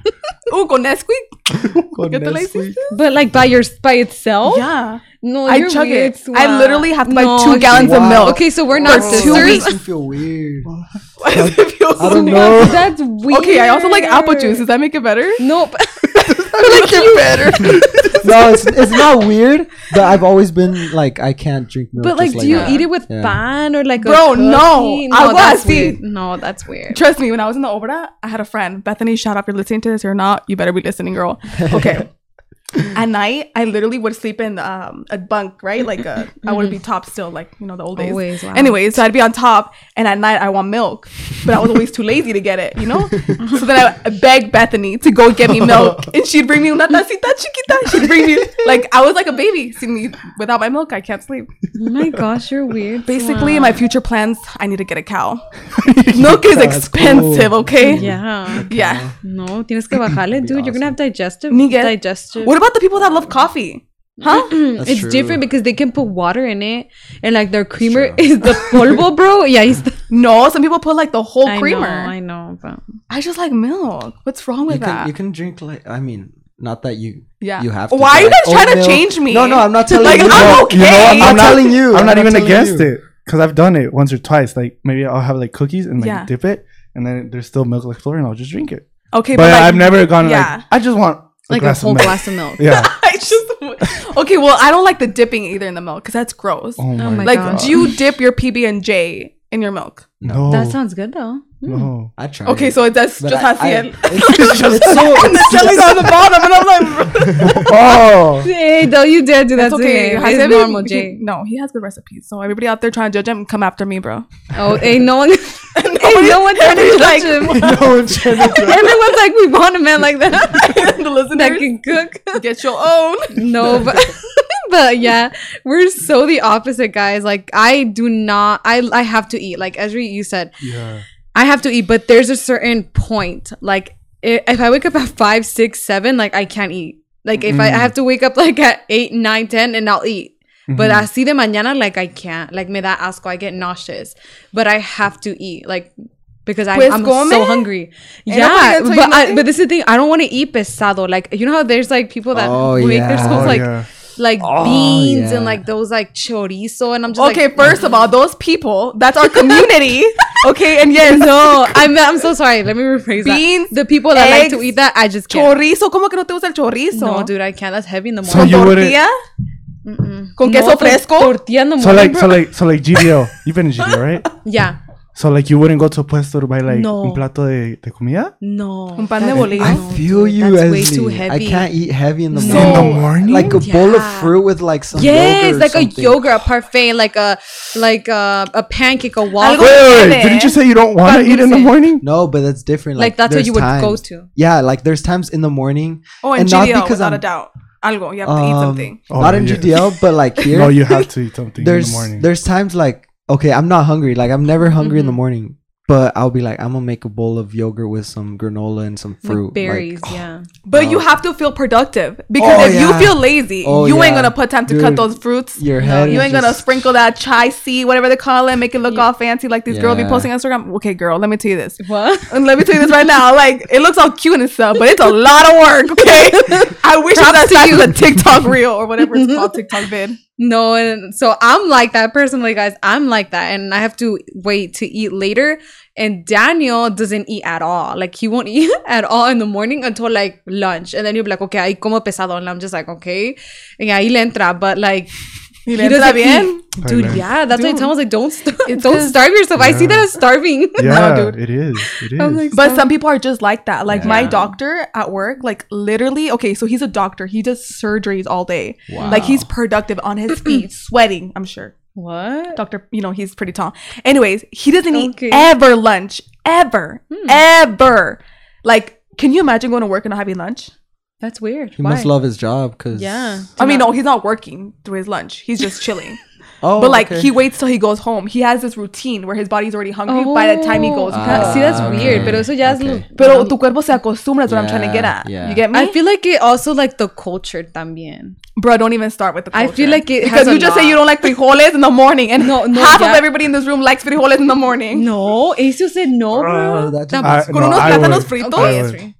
C: Oh, con Nesquik.
E: Con
C: Get the
E: Nesquik.
C: laces?
D: But like by your by itself?
C: Yeah.
D: No,
C: I
D: Oh, you're
C: chug
D: weird,
C: it. I
D: Swa.
C: literally have to buy
D: No,
C: two
D: okay.
C: gallons of
E: Wow.
C: milk. [LAUGHS]
D: Okay, [LAUGHS] so we're
C: For
D: not
C: two
E: It
D: sisters.
E: makes me
C: [LAUGHS]
E: feel weird.
C: Why does it feel
E: I
C: so
E: don't
C: weird?
E: know.
D: [LAUGHS] That's weird.
C: [LAUGHS]
E: [LAUGHS]
C: Okay, I also like apple juice. Does that make it better?
D: Nope.
E: Make it better. no, it's, it's not weird, but I've always been like, I can't drink milk.
D: But like,
E: just
D: do you
E: that.
D: eat it with
E: Yeah.
D: pan or like
C: Bro,
D: a
C: no.
D: cookie?
C: Agua
D: that's
C: así.
D: weird. No, that's weird.
C: Trust me, when I was in the Obra, I had a friend, Bethany. Shout out if you're listening to this or not. You better be listening, girl.
D: [LAUGHS]
C: Okay. At night, I literally would sleep in um, a bunk, right? Like a, I would be top still, like you know the old days.
D: Mm-hmm. Always, wow.
C: Anyways, so I'd be on top, and at night I want milk, but I was always too lazy to get it, you
D: [LAUGHS]
C: know. so then I begged Bethany to go get me milk, and she'd bring me una tacita chiquita. She'd bring me like I was like a baby. See me without my milk, I can't sleep.
D: [LAUGHS] Oh my gosh, you're weird.
C: Basically,
D: Wow.
C: my future plans, I need to get a
D: [LAUGHS]
C: cow. milk is expensive, okay?
D: yeah.
C: Yeah.
D: No, tienes que bajarle, dude. You're gonna have digestive.
C: Miguel,
D: digestive.
C: What about the people that love coffee?
D: [CLEARS THROAT]
C: Huh?
D: it's
E: true.
D: different because they can put water in it, and like their creamer is the polvo, bro. Yeah, he's the
C: no, some people put like the whole creamer.
D: I
C: I,
D: know, I know,
C: just like milk. What's wrong with
E: You
C: that?
E: can, you can drink like I mean, not that you
C: Yeah.
E: you have.
C: Why
E: but,
C: are you
E: like,
C: guys trying to
E: oatmeal-
C: change me?
E: No, no, I'm not telling
C: [LAUGHS] Like,
E: you.
C: I'm
E: No,
C: okay. I'm
B: not-
E: telling you.
B: I'm
E: I'm
B: not
E: not
B: even
E: telling
B: against
E: you.
B: it because I've done it once or twice. Like maybe I'll have like cookies and like
C: Yeah.
B: dip it, and then there's still milk left over, and I'll just drink it.
C: Okay,
B: But
C: like,
B: I've never gone
C: yeah.
B: like I just want a
D: like a
B: glass
D: whole
B: of milk.
D: glass of
B: [LAUGHS]
D: milk. [LAUGHS]
B: Yeah.
C: [LAUGHS] I just [LAUGHS] okay. Well, I don't like the dipping either in the milk because that's gross.
B: Oh my,
D: my
C: like,
D: God.
C: do you dip your PB and J in your milk?
B: no.
D: That sounds good though.
B: Oh.
D: [LAUGHS]
E: [LAUGHS]
B: no.
E: I tried.
C: Okay,
E: it,
C: so that's
E: but
C: just
E: I- I-
C: hacienda. [LAUGHS]
E: It's [LAUGHS] just so.
C: The jelly's on the bottom, and I'm like,
B: Oh.
D: Hey, though you did do
C: [LAUGHS]
D: that.
C: that's okay.
D: It's
C: Hacienda,
D: normal,
C: he-
D: Jay.
C: No, he has good recipes. So everybody out there trying to judge him, come after me, bro.
D: Oh, ain't
C: [LAUGHS]
D: no one. ain't no one trying to
C: Everybody's [LAUGHS]
D: judge
B: [LAUGHS]
C: like-
D: him.
B: no, it's
D: [LAUGHS] Everyone's like, we want a man like [LAUGHS] that [LAUGHS]
C: the
D: that
C: listeners,
D: can
C: [LAUGHS]
D: cook.
C: get your
D: [LAUGHS]
C: own.
D: No, but but yeah, we're so the opposite, guys. Like I do not. I I have to eat. Like Esri, you said,
B: [LAUGHS] yeah.
D: I have to eat, but there's a certain point. Like i- if I wake up at five, six, seven, like I can't eat. Like if
E: Mm-hmm.
D: I, I have to wake up like at eight, nine, ten, and I'll eat. But
E: Mm-hmm.
D: así de mañana, like I can't. Like me da asco. I get nauseous. But I have to eat. Like. Because I,
C: Pues
D: I'm
C: come.
D: so hungry.
C: nobody
D: Yeah,
C: gonna tell you
D: but I,
C: nothing.
D: but this is the thing. I don't want to eat pesado. Like you know how there's like people that
E: Oh,
D: make
E: yeah. Oh,
D: their
B: Oh,
D: souls like
B: yeah.
D: like beans
E: yeah.
D: and like those like chorizo and I'm just
C: Okay,
D: like,
C: first of all, those people, that's our [LAUGHS] community. okay, and yes,
D: no I'm I'm so sorry let me rephrase
C: Beans,
D: that the people that like
C: eggs,
D: to eat that I just can't
C: chorizo, ¿cómo que no te gusta el chorizo?
D: no dude I can't that's heavy in the
B: So
D: morning
B: you wouldn't-
C: tortilla, con
D: No,
C: queso
D: tor-
C: fresco.
D: tortilla in the
B: So
D: morning
B: like so like so like GDO. You've been in GDO, right?
D: bro. yeah
B: So like you wouldn't go to a puesto to buy like
D: No.
B: un plato de, de comida?
D: no
C: Un pan de
D: that's-
C: bolillo.
E: I
D: no,
E: feel
D: dude,
E: you,
D: that's
E: Esli.
D: way too heavy
E: I can't eat heavy in the
C: No.
B: In the
E: morning.
B: morning?
E: Like a bowl of
D: Yeah.
E: fruit with like some.
D: yes
E: yogurt or
D: like a
E: something.
D: yogurt a parfait like a like a, a pancake a waffle
C: Algo-
B: Wait, wait, wait,
C: Leve.
B: didn't you say you don't want to eat in the
D: Dulce.
B: morning?
E: No, but that's different. Like,
D: Like, that's what
E: there's
D: you would go
E: times-
D: to.
E: Yeah, like there's times in the morning.
C: oh, and,
E: not
C: GDO,
E: because
C: without
E: I'm-
C: a doubt. Algo, you have to eat
E: um,
C: something.
B: Oh,
E: not in
B: yeah.
E: GDL, but like
B: [LAUGHS]
E: here.
B: No, you have to eat something
E: there's
B: in the morning.
E: there's times like okay, I'm not hungry. Like I'm never hungry
D: Mm-hmm.
E: in the morning, but I'll be like I'm gonna make a bowl of yogurt with some granola and some
D: with
E: fruit. like- [SIGHS]
D: berries yeah
C: But you have to feel productive because
E: Oh,
C: if
E: yeah.
C: you feel lazy,
E: Oh,
C: you ain't
E: yeah.
C: gonna put time to
E: Dude,
C: cut those fruits.
E: your
C: No,
E: head
C: you
E: is
C: ain't gonna
E: just-
C: sprinkle that chai seed, whatever they call it, make it look all fancy like these girls be
E: Yeah.
C: posting on Instagram. Okay, girl, let me tell you this.
D: what
C: And let me tell you this right now. Like, it looks all cute and stuff, but it's a lot of work, okay? [LAUGHS] I wish it was as fast as a TikTok reel or whatever it's [LAUGHS] called, TikTok vid.
D: No, and so I'm like that personally, guys. I'm like that, and I have to wait to eat later. And Daniel doesn't eat at all. Like he won't [LAUGHS] eat at all in the morning until like lunch, and then you'll be like, okay, I como pesado, and I'm just like, okay, and ahí le entra. But like
C: Y
D: he
C: le entra
D: doesn't
C: bien.
D: eat. dude.
B: Right.
D: Yeah, that's why I tell him I was like, don't starve,
C: It's
D: don't
C: 'cause-
D: starve yourself. I see
B: Yeah.
D: that as starving. [LAUGHS]
C: [LAUGHS]
B: yeah,
C: dude.
B: it is. It is.
D: I'm like,
C: But
D: stop.
C: some people are just like that. Like my doctor at work, like literally, okay, so he's a doctor. He does surgeries all day. Like he's productive on [CLEARS THROAT] his feet, sweating, I'm sure.
D: what?
C: Doctor, you know, he's pretty tall. Anyways, he doesn't
D: Okay.
C: eat ever lunch. Ever. Ever. Like, can you imagine going to work and not having lunch?
D: That's weird.
E: He
D: Why?
E: must love his job because
D: yeah.
C: I mean, no, he's not working through his lunch. He's just chilling.
E: Oh,
C: but like
E: okay. [LAUGHS]
C: he waits till he goes home. He has this routine where his body's already hungry by the time he goes
D: Oh,
C: home.
E: Ah,
D: see, that's
E: okay.
D: weird. Pero eso ya es
E: Okay.
D: lo-
C: Pero tu cuerpo se acostumbra is what I'm
E: Yeah,
C: trying to get at.
E: yeah.
C: You get me?
D: I feel like it also like the culture también.
C: Bro, don't even start with the
D: I
C: culture.
D: feel like it
C: because
D: has a
C: you just say
D: lot.
C: you don't like frijoles in the morning, and
D: No, no,
C: half
D: yeah.
C: of everybody in this room likes frijoles in the morning.
D: No, Acio said no, bro.
E: Oh, that just-
D: Tam-
B: I-
C: Con
B: no,
C: unos
B: I would.
C: plátanos fritos.
B: I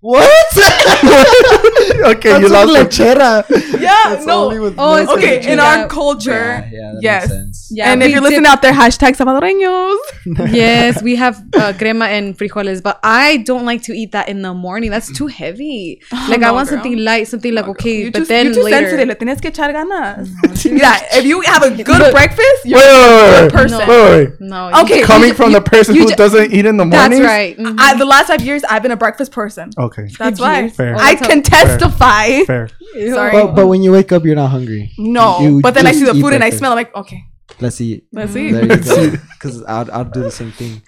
B: would.
E: okay, you lost lechera.
C: [LAUGHS]
D: [LAUGHS]
C: Yeah, no.
D: Oh, it's
C: Okay,
D: Yeah.
C: in our culture,
E: [LAUGHS] yeah, that makes
C: yes,
E: sense.
D: Yeah,
C: and if
D: we
C: you're
D: dip-
C: listening out there, hashtag salvadoreños.
D: [LAUGHS] yes, we have uh, crema and frijoles, but I don't like to eat that in the morning. That's too heavy. like I
C: Oh, no,
D: want
C: girl.
D: something light, something
E: Oh,
D: like okay,
C: you
D: but
C: too,
D: then
C: you too
D: later.
C: sensitive. Le tienes que echar ganas. [LAUGHS] Mira, if you have a good
D: Look.
C: breakfast,
B: Wait,
C: you're
B: wait, wait, wait,
C: person.
B: wait, wait, wait.
D: No.
C: okay.
B: Coming
C: you-
B: from
C: you-
B: the person
C: you
B: who
C: ju-
B: doesn't eat in the
D: That's
B: morning.
D: right. Mhm.
E: Mm-hmm.
C: I, the last five years, I've been a breakfast person.
E: Oh,
B: Okay.
C: That's why
B: Fair.
C: I
D: That's
C: can
D: how-
C: testify.
B: Fair.
C: Sorry,
E: But, but when you wake up, you're not hungry.
C: no.
E: You
C: but then I
E: just
C: see the
E: eat
C: food and I
E: breakfast.
C: smell. I'm like, okay,
E: Let's eat.
C: let's eat.
E: There
C: [LAUGHS]
E: you go. Because I'll, I'll do the same thing.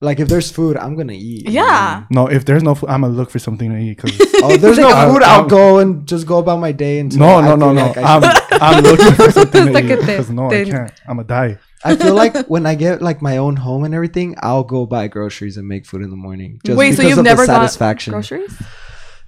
E: Like if there's food, I'm gonna eat.
C: Yeah.
B: No, if there's no food, I'm gonna look for something to
C: [LAUGHS]
B: eat. 'cause-
E: Oh, if there's no
B: I'll-
E: food. I'll
B: I'll-
E: go and just go about my day until
B: no,
E: I
B: no, no,
E: feel
B: no.
E: like I,
B: I'm,
C: [LAUGHS]
E: should-
B: I'm looking for something to
D: Look
B: eat.
D: at this.
B: Because no, I
D: Then-
B: can't. I'm gonna die.
E: I feel like when I get like my own home and everything, I'll go buy groceries and make food in the morning. Just
C: Wait, so
E: because
C: you've
E: of the
C: never got
E: satisfaction.
C: groceries?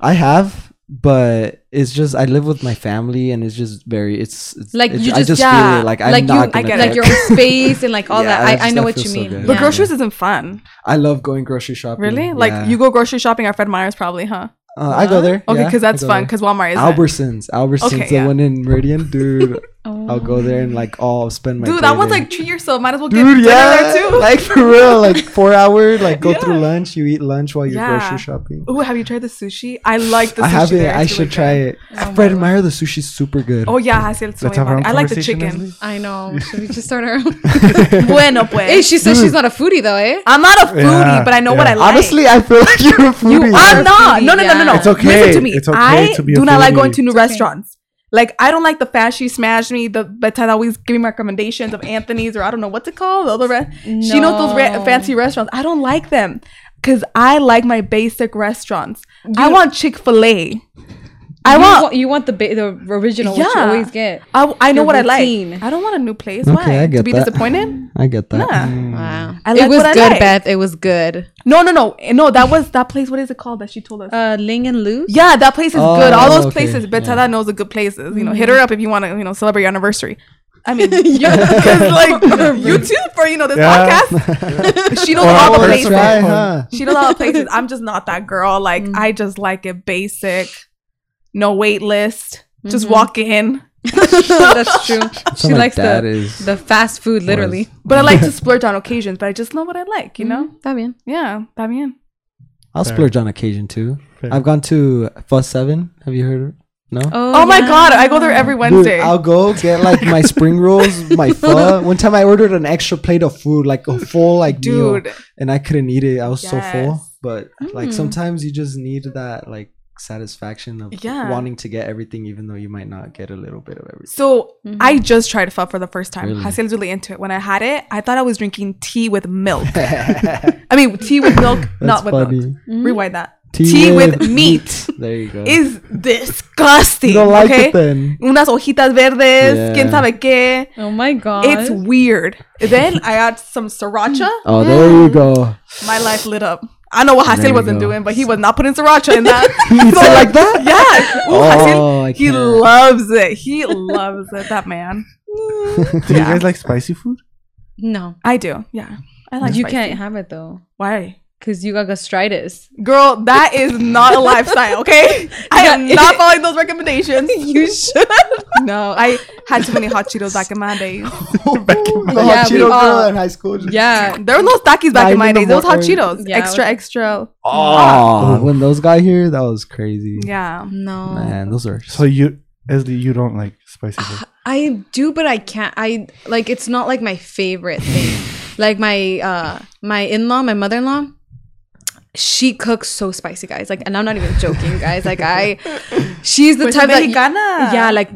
E: I have, but it's just I live with my family and it's just very it's, it's
D: like
E: it's-
D: you
E: I
D: just,
E: just
D: yeah,
E: feel it like I'm
D: like
E: not
D: you,
E: gonna
C: I get it.
E: [LAUGHS]
D: like your own space and like all
E: Yeah,
D: that.
E: that
D: I, I
E: just-
D: know
E: that
D: what you
E: feels so
D: mean.
E: good.
C: But
D: Yeah.
C: groceries isn't fun.
E: I love going grocery shopping.
C: Really? Like
E: Mm, Yeah.
C: you go grocery shopping at Fred Meyer's probably, huh?
E: Uh, I go there.
C: Okay,
E: yeah,
C: because
E: I
C: that's
E: go
C: fun.
E: there.
C: Because Walmart is
E: Albertsons, Albertsons,
C: Okay,
E: the
C: yeah. Oh.
E: one in Meridian, dude.
D: Oh.
E: I'll go there and like all spend my
C: Dude,
E: day
C: that one's
E: there.
C: like treat yourself. Might as well get
E: dude,
C: dinner
E: yeah,
C: there too.
E: [LAUGHS] like for real,
C: [LAUGHS]
E: like four hour, like go through
C: Yeah.
E: lunch, you eat lunch while you're
C: Yeah.
E: grocery shopping.
C: Ooh, have you tried the sushi? I like the sushi.
E: I haven't.
C: there.
E: I
C: It's
E: should
C: really
E: try
C: good.
E: it. Fred Meyer, the sushi's super good.
C: Oh yeah, hacia el
B: Let's
C: soy
B: have our own
C: madre. I like the
B: conversation,
C: chicken. [LAUGHS]
B: Leslie.
D: I [LAUGHS] know. Should we just start our own?
C: bueno
D: hey,
E: [LAUGHS]
C: pues.
D: she says she's not a foodie though, eh?
C: I'm not a foodie,
B: Yeah,
C: but I know what
B: yeah.
C: I like.
E: Honestly, I feel like you're a foodie.
C: I'm
D: a
C: not. No, no,
D: foodie,
C: no, no, no.
D: yeah. It's
B: okay.
C: Listen to me.
B: It's okay
C: I
B: to be a
C: do not like going
B: foodie.
C: to new
D: okay.
C: restaurants. Like I don't like the fast she smashed me. The Betsy always giving me recommendations of Anthony's or I don't know what's it called. The other re- she knows those re-
D: No.
C: fancy restaurants. I don't like them because I like my basic restaurants. I want Chick Fil A. I
D: you
C: want.
D: want you want the ba- the original, which you
C: Yeah.
D: always get.
C: I, I know
D: your
C: what I
D: routine.
C: like. I don't want a new place.
E: Okay,
C: Why?
E: I get
C: to be
E: that.
C: disappointed?
E: I get that.
C: Yeah.
D: Wow,
C: I
D: it
C: like
D: was
C: what I
D: good,
C: like.
D: Beth. It was good.
C: No, no, no, no. That was that place. What is it called that she told us?
D: Uh, Ling and Luce. [LAUGHS]
C: Yeah, that place is good. All
E: Oh,
C: those
E: okay.
C: places, Betada knows the good places. You know, hit her up if you want to, you know, celebrate your anniversary. I mean, [LAUGHS] yeah, 'cause, like YouTube for you know this
B: Yeah.
C: podcast. she knows
B: Or
C: all
B: our
C: the
E: Oh, that's
C: places.
B: personal
E: right,
B: phone.
E: huh?
C: She knows all the places. I'm just not that girl. Like I just like it basic, no wait list. Just walk in.
D: that's true. she
E: my
D: likes
E: dad
D: the
E: is-
D: the fast food, literally.
C: But I like
E: [LAUGHS]
C: to splurge on occasions. But I just know what I like. You know?
D: Está bien.
C: Yeah, también.
E: I'll splurge on occasion too.
B: Fair.
E: I've gone to Fuss Seven. Have you heard? of it? No.
C: Oh, my god, I go there every
E: Dude,
C: Wednesday.
E: I'll go get like
C: [LAUGHS]
E: my spring rolls, my pho. One time I ordered an extra plate of food, like a full like meal,
C: Dude,
E: and I couldn't eat it. I was so full.
C: Yes. Mm.
E: But like sometimes you just need that like satisfaction of
C: Yeah.
E: wanting to get everything, even though you might not get a little bit of everything.
C: So I just tried pho for the first time.
E: Really?
C: Hasil's really into it. When I had it, I thought I was drinking tea with
E: [LAUGHS]
C: milk. I mean, tea with milk, not with milk. Rewind that. Tea,
E: [LAUGHS]
C: with, meat
E: There you go.
C: is disgusting.
E: you don't like
C: okay?
E: it then.
C: Unas hojitas verdes, quién
E: Yeah.
C: sabe qué.
D: Oh my god.
C: It's weird. Then
E: [LAUGHS]
C: I got some sriracha.
E: Oh, there you go.
C: My life lit up. I know what
E: There
C: Hasil
E: you
C: wasn't
E: go.
C: doing, but he was not putting sriracha in that.
E: [LAUGHS] He eats it like that.
C: yeah. Ooh,
E: Oh,
C: Hasil,
E: I
C: he
E: can't. [LAUGHS]
C: loves it. He loves it, that man.
B: Do you guys like spicy food?
D: no.
C: I do. Yeah. I like
D: You
C: spicy.
D: can't have it though,
C: Why?
D: because you got gastritis.
C: Girl, that is not a lifestyle, [LAUGHS] okay? I am not following those recommendations. [LAUGHS]
D: [LAUGHS]
C: you should. No, I had too many hot Cheetos back in my days.
B: Back in my-
E: The hot
D: Yeah, we
E: Oh, Cheeto girl
D: all-
E: in high school. Just,
D: Yeah.
C: [LAUGHS] There were no Takis back
E: Nine
C: in my
E: in the
C: days. Those hot
E: morning.
C: Cheetos.
D: Yeah,
C: extra,
D: with-
C: extra.
E: Oh, when those got here, that was crazy.
C: Yeah.
D: No.
E: Man, those are
B: So you, Esli, you don't like spicy
C: [LAUGHS]
B: food.
D: I do, but I can't. I like it's not like my favorite thing. like my uh my in law, my mother in law, she cooks so spicy, guys. Like, and I'm not even joking, guys. Like I, she's the
C: Pues
D: type that
C: mexicana.
D: yeah, like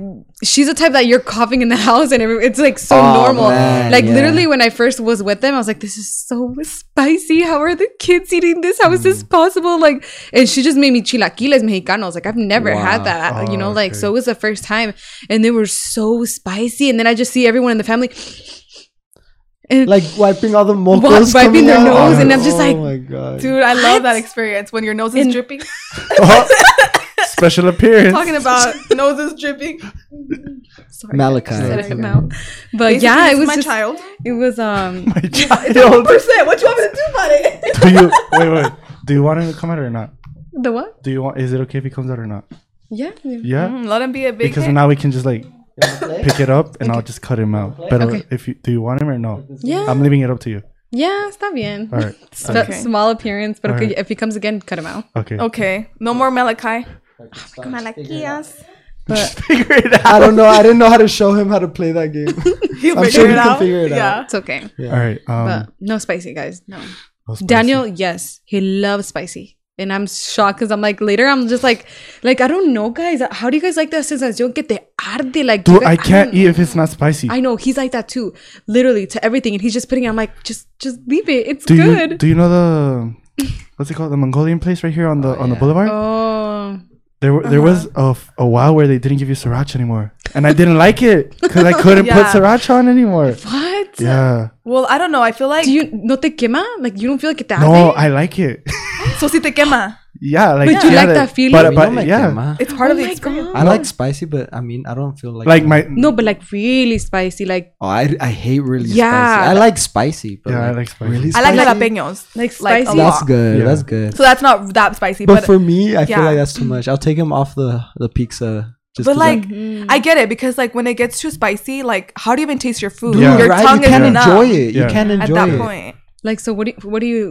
D: she's the type that you're coughing in the [LAUGHS] house and every, it's like so
E: Oh,
D: normal.
E: man,
D: like
E: yeah.
D: literally, when I first was with them, I was like, this is so spicy. How are the kids eating this? How is this possible? Like, and she just made me chilaquiles mexicanos. Like I've never had
E: Wow.
D: that. you know,
B: Oh,
D: like so
B: okay.
D: it was the first time, and they were so spicy. And then I just see everyone in the family. And [LAUGHS]
E: like wiping all the mocos,
D: wiping
E: coming
D: their
E: out.
D: nose, and I'm just
E: oh
D: like,
E: my god,
C: Dude, I love that experience when your nose is [LAUGHS]
D: And-
C: dripping.
B: Oh, Special appearance.
C: Talking [LAUGHS] about noses Uh, dripping.
D: sorry,
E: Malachi.
D: I said
E: That's
D: it
E: okay.
D: now. But yeah,
C: Basically,
D: it was
C: my
D: just,
C: child.
D: It was um.
B: my [LAUGHS]
C: [LAUGHS]
B: child.
C: Percent. What you want me to do about it?
B: Do you [LAUGHS] wait? Wait. Do you want him to come out or not?
D: The what?
B: Do you want? Is it okay if he comes out or not?
D: Yeah.
B: Yeah.
D: Mm-hmm.
C: Mm, Let him be a big
B: Because
C: hit.
B: now we can just like pick it up, and I'll just cut him out. But
D: Okay.
B: if you do, you want him or no?
D: Yeah.
B: I'm leaving it up to you.
D: yeah, está bien.
B: All
D: [LAUGHS]
B: right.
D: Sp- Small appearance, but okay,
B: Alright.
D: if he comes again, cut him out.
B: Okay.
D: [LAUGHS]
C: Okay. No more Malachi.
F: Malakias.
D: But
B: Figure it out.
E: I don't know. I didn't know how to show him how to play that game.
C: He'll
E: I'm
C: [LAUGHS] figure
E: sure
C: it
E: he can
B: [LAUGHS]
C: out.
E: figure it out.
C: yeah.
D: it's okay.
B: All right. Um,
D: But no spicy, guys. No.
B: no spicy.
D: Daniel, yes, he loves spicy. And I'm shocked because I'm like later I'm just like like I don't know guys how do you guys like that sensación que te arde like you
B: Dude,
D: guys-
B: I
D: don't
B: can't eat
D: know.
B: if it's not spicy.
D: I know he's like that too, literally to everything, and he's just putting. It, I'm like, just just leave it. It's
B: do you
D: good.
B: do you know the
D: [LAUGHS]
B: what's it called the Mongolian place right here on the on the boulevard?
D: oh,
B: There were- there was a, f- a while where they didn't give you sriracha anymore, and I didn't like it because I couldn't
D: [LAUGHS]
B: put
C: Yeah.
B: sriracha on anymore.
D: what?
B: Yeah,
C: Well, I don't know. I feel like
D: Do you no te quema? Like you don't feel like it that?
B: no, I like it. [LAUGHS]
C: so si te quema.
B: yeah, like
D: But you
B: yeah,
D: like that feeling?
B: But,
E: We
B: but
E: don't like
B: yeah,
E: them, huh?
C: It's part
D: Oh
C: of the
D: my
C: experience.
D: God.
E: I like spicy, but I mean, I don't feel like
B: like my
D: no, but like really spicy, like
E: Oh, I, I hate really
D: Yeah.
E: spicy. I like spicy, but
B: yeah, I like spicy.
E: really
C: I
E: spicy.
C: like jalapenos.
D: like
C: Like,
D: spicy.
C: a lot.
E: That's good.
B: Yeah.
E: That's good.
C: So that's not that spicy,
E: but,
C: but,
E: for me, I
C: yeah.
E: feel like that's too much. I'll take him off the the pizza. Just
C: but
E: 'cause I-
C: like I get it because like when it gets too spicy, like how do you even taste your food?
B: Dude, Yeah.
C: Your
E: right?
C: tongue
E: you can't
C: is numb
E: enjoy it.
B: Yeah.
E: You can't
C: at
E: enjoy
C: that
E: it.
C: point.
D: Like so, what do you, what do you,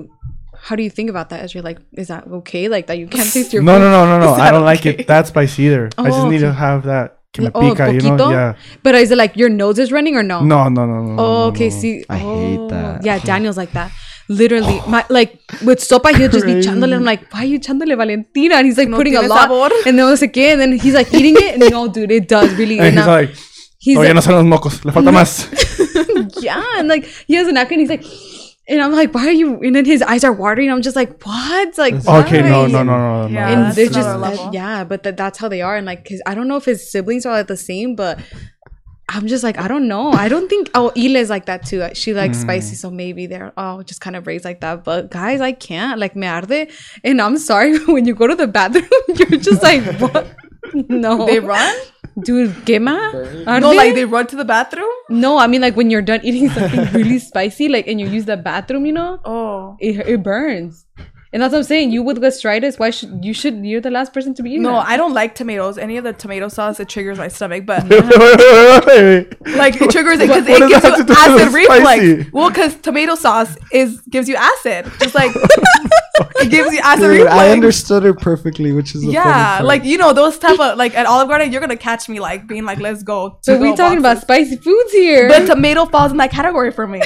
D: how do you think about that? As you're like, is that okay? Like that you can't taste your
B: [LAUGHS] No,
D: food?
B: no, no, no, no.
C: [LAUGHS] Is
B: I don't
C: that
B: like it that spicy either. I just
D: Oh,
B: need to
D: okay.
B: have that kind
D: Oh,
B: pica, you know?
D: poquito?
B: Yeah.
D: But is it like your nose is running or no?
B: No, no, no, no. no,
D: Oh,
B: no,
D: okay.
B: no.
D: See,
E: I hate
D: Oh,
E: that.
D: Yeah, Daniel's like that. Literally, my like with sopa, he'll just be chándole. I'm like, why are you chándole, Valentina? And he's like
C: No
D: putting a
C: tiene
D: lot,
C: sabor.
D: and then was like, "¿Qué?" and then he's like eating it. And no, dude, it does really.
B: [LAUGHS] And
D: And
B: he's
D: I'm-
B: like,
D: he's
B: oh,
D: like,
B: ya no son los mocos. Le falta
C: [LAUGHS]
B: más.
D: [LAUGHS] yeah, and like he has an napkin. He's like, and I'm like, why are you? And then his eyes are watering. I'm just like, what? Like,
B: Okay, no,
D: why?
B: no, no, no, no.
C: Yeah.
D: And
C: that's
D: they're
C: another
D: just
C: level.
D: that- yeah, but that that's how they are. And like, cause I don't know if his siblings are like the same, but I'm just like, I don't know. I don't think oh Ila's like that too. She likes
C: Mm.
D: spicy, so maybe they're all just kind of raised like that. But guys, I can't like me arde. And I'm sorry [LAUGHS] when you go to the bathroom, [LAUGHS] you're just like what? [LAUGHS] No,
C: They run?
D: dude. Gema? Arde?
C: Oh, No, like they run to the bathroom.
D: no, I mean like when you're done eating something really spicy, like and you use the bathroom, you know
C: Oh.
D: it, it burns. And that's what I'm saying. You with gastritis, why should you should you're the last person to be eating
C: No,
D: that.
C: I don't like tomatoes. Any of the tomato sauce, it triggers my stomach. But
B: Wait, wait, wait.
C: like it triggers it
B: What-
C: because
B: what
C: it
B: does
C: gives
B: that have
C: you
B: to do with
C: acid reflux.
B: spicy?
C: Well, because tomato sauce is gives you acid, just like it gives you acid
E: Dude,
C: reflux.
E: I understood her perfectly, which is the
C: Yeah,
E: funny
C: like you know those type of like at Olive Garden, you're gonna catch me like being like, "Let's go."
D: so
C: to-go
D: we talking about
C: boxes.
D: spicy foods here.
C: But tomato falls in that category for
D: [LAUGHS]
C: me.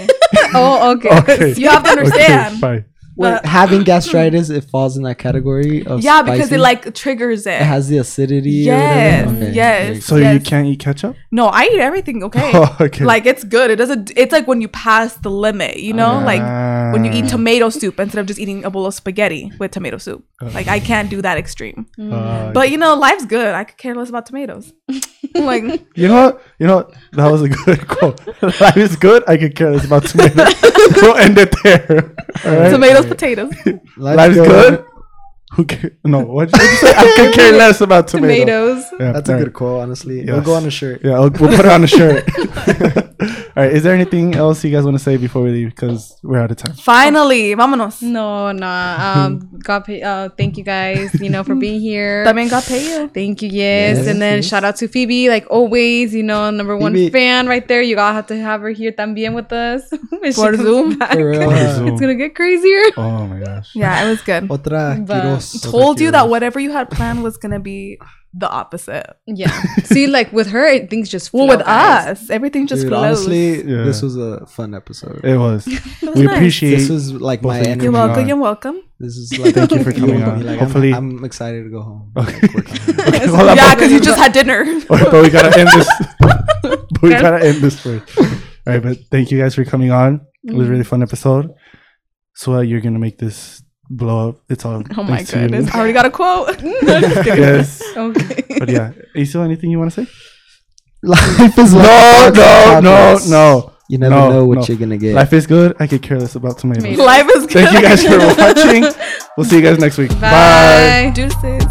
D: oh,
E: [LAUGHS]
D: okay. [LAUGHS]
B: Okay.
C: You have to
B: Okay,
C: understand.
B: fine.
E: part.
C: but-
E: Wait,
C: [LAUGHS]
E: having gastritis, it falls in that category of
C: yeah, because
E: spicy?
C: it like triggers it.
E: it has the acidity. or
C: yes,
E: whatever? Okay, okay.
C: yes.
B: So you
C: yes.
B: can't eat
C: [LAUGHS]
B: ketchup? [LAUGHS]
C: No, I eat everything. Okay.
B: Okay.
C: Like it's good. It doesn't. It's like when you pass the limit. You know,
B: Ah,
C: like when you eat tomato soup instead of just eating a bowl of spaghetti with tomato soup. Like I can't do that extreme.
D: Mm.
B: Uh,
C: But you know, life's good. I could care less about
D: [LAUGHS]
C: tomatoes. like
B: you know what? You know what? That was a good [LAUGHS] quote. Life is good. I could care less about tomatoes. [LAUGHS] we'll end it there. [LAUGHS] All right.
C: tomatoes, potatoes.
E: Life
B: Life's good. [LAUGHS] Who ca- no? What did you say? I
C: [LAUGHS]
B: could care less about tomatoes.
D: Tomatoes.
B: Yeah,
E: That's a
B: all right.
E: good quote, honestly. We'll go
B: Yes.
E: on a shirt.
B: Yeah, I'll, we'll put it on a shirt.
C: [LAUGHS]
B: [LAUGHS] All right. Is there anything else you guys want to say before we leave? Because we're out of time.
C: Finally, vámonos.
D: No, nah. Um God pay, uh, thank you guys, you know, for being [LAUGHS] here.
C: También got paid.
D: Thank you, yes.
E: Yes,
D: and then
E: yes.
D: shout out to Phoebe, like always, you know, number one
E: Phoebe.
D: fan right there. You all have to have her here también with us. [LAUGHS] When she
C: For
D: comes
C: Zoom.
D: back.
E: For real.
B: For Zoom.
D: It's gonna get crazier.
B: Oh my gosh.
C: Yeah, it was good.
E: [LAUGHS] Otra
D: But-
E: Quiros.
C: Told you that whatever you had planned was gonna be the opposite.
D: [LAUGHS] Yeah. See, like with her, it, things just flow,
C: Well, with
D: guys.
C: us, everything just
E: Dude,
C: flows.
E: honestly,
B: Yeah.
E: this was a fun episode.
B: It
C: [LAUGHS]
B: was. we
C: nice.
B: appreciate.
E: This was like
B: Both
E: my
B: of you.
E: energy.
C: you're
B: coming
C: welcome.
B: on.
C: You're welcome.
E: This is like
B: Thank
E: [LAUGHS]
B: you for coming on.
E: Like,
B: Hopefully-
E: I'm, I'm excited to go
B: [LAUGHS]
E: home.
B: [LAUGHS]
C: [LAUGHS]
B: Okay, hold on, but-
C: yeah, because you just had dinner.
B: but we gotta end
C: [LAUGHS]
B: this. [LAUGHS] but we gotta end this first. All right, but thank you guys for coming on. It
C: Mm-hmm.
B: was a really fun episode. So uh, you're gonna make this blow up. It's all.
C: Oh my
B: thanks to you.
C: goodness. I already got a quote.
B: [LAUGHS]
C: [LAUGHS]
B: yes.
E: [LAUGHS]
D: Okay.
B: But yeah, is there anything you want to say?
E: [LAUGHS] Life is
B: No,
E: like
B: no, no, no.
E: You never
B: No,
E: know what
B: no.
E: you're gonna get.
B: Life is good. I could care less
C: [LAUGHS]
B: about tomatoes.
D: Tomatoes.
B: [LAUGHS]
C: Life is good.
B: Thank you guys for watching. We'll see you guys next week.
D: Bye.
C: Deuces.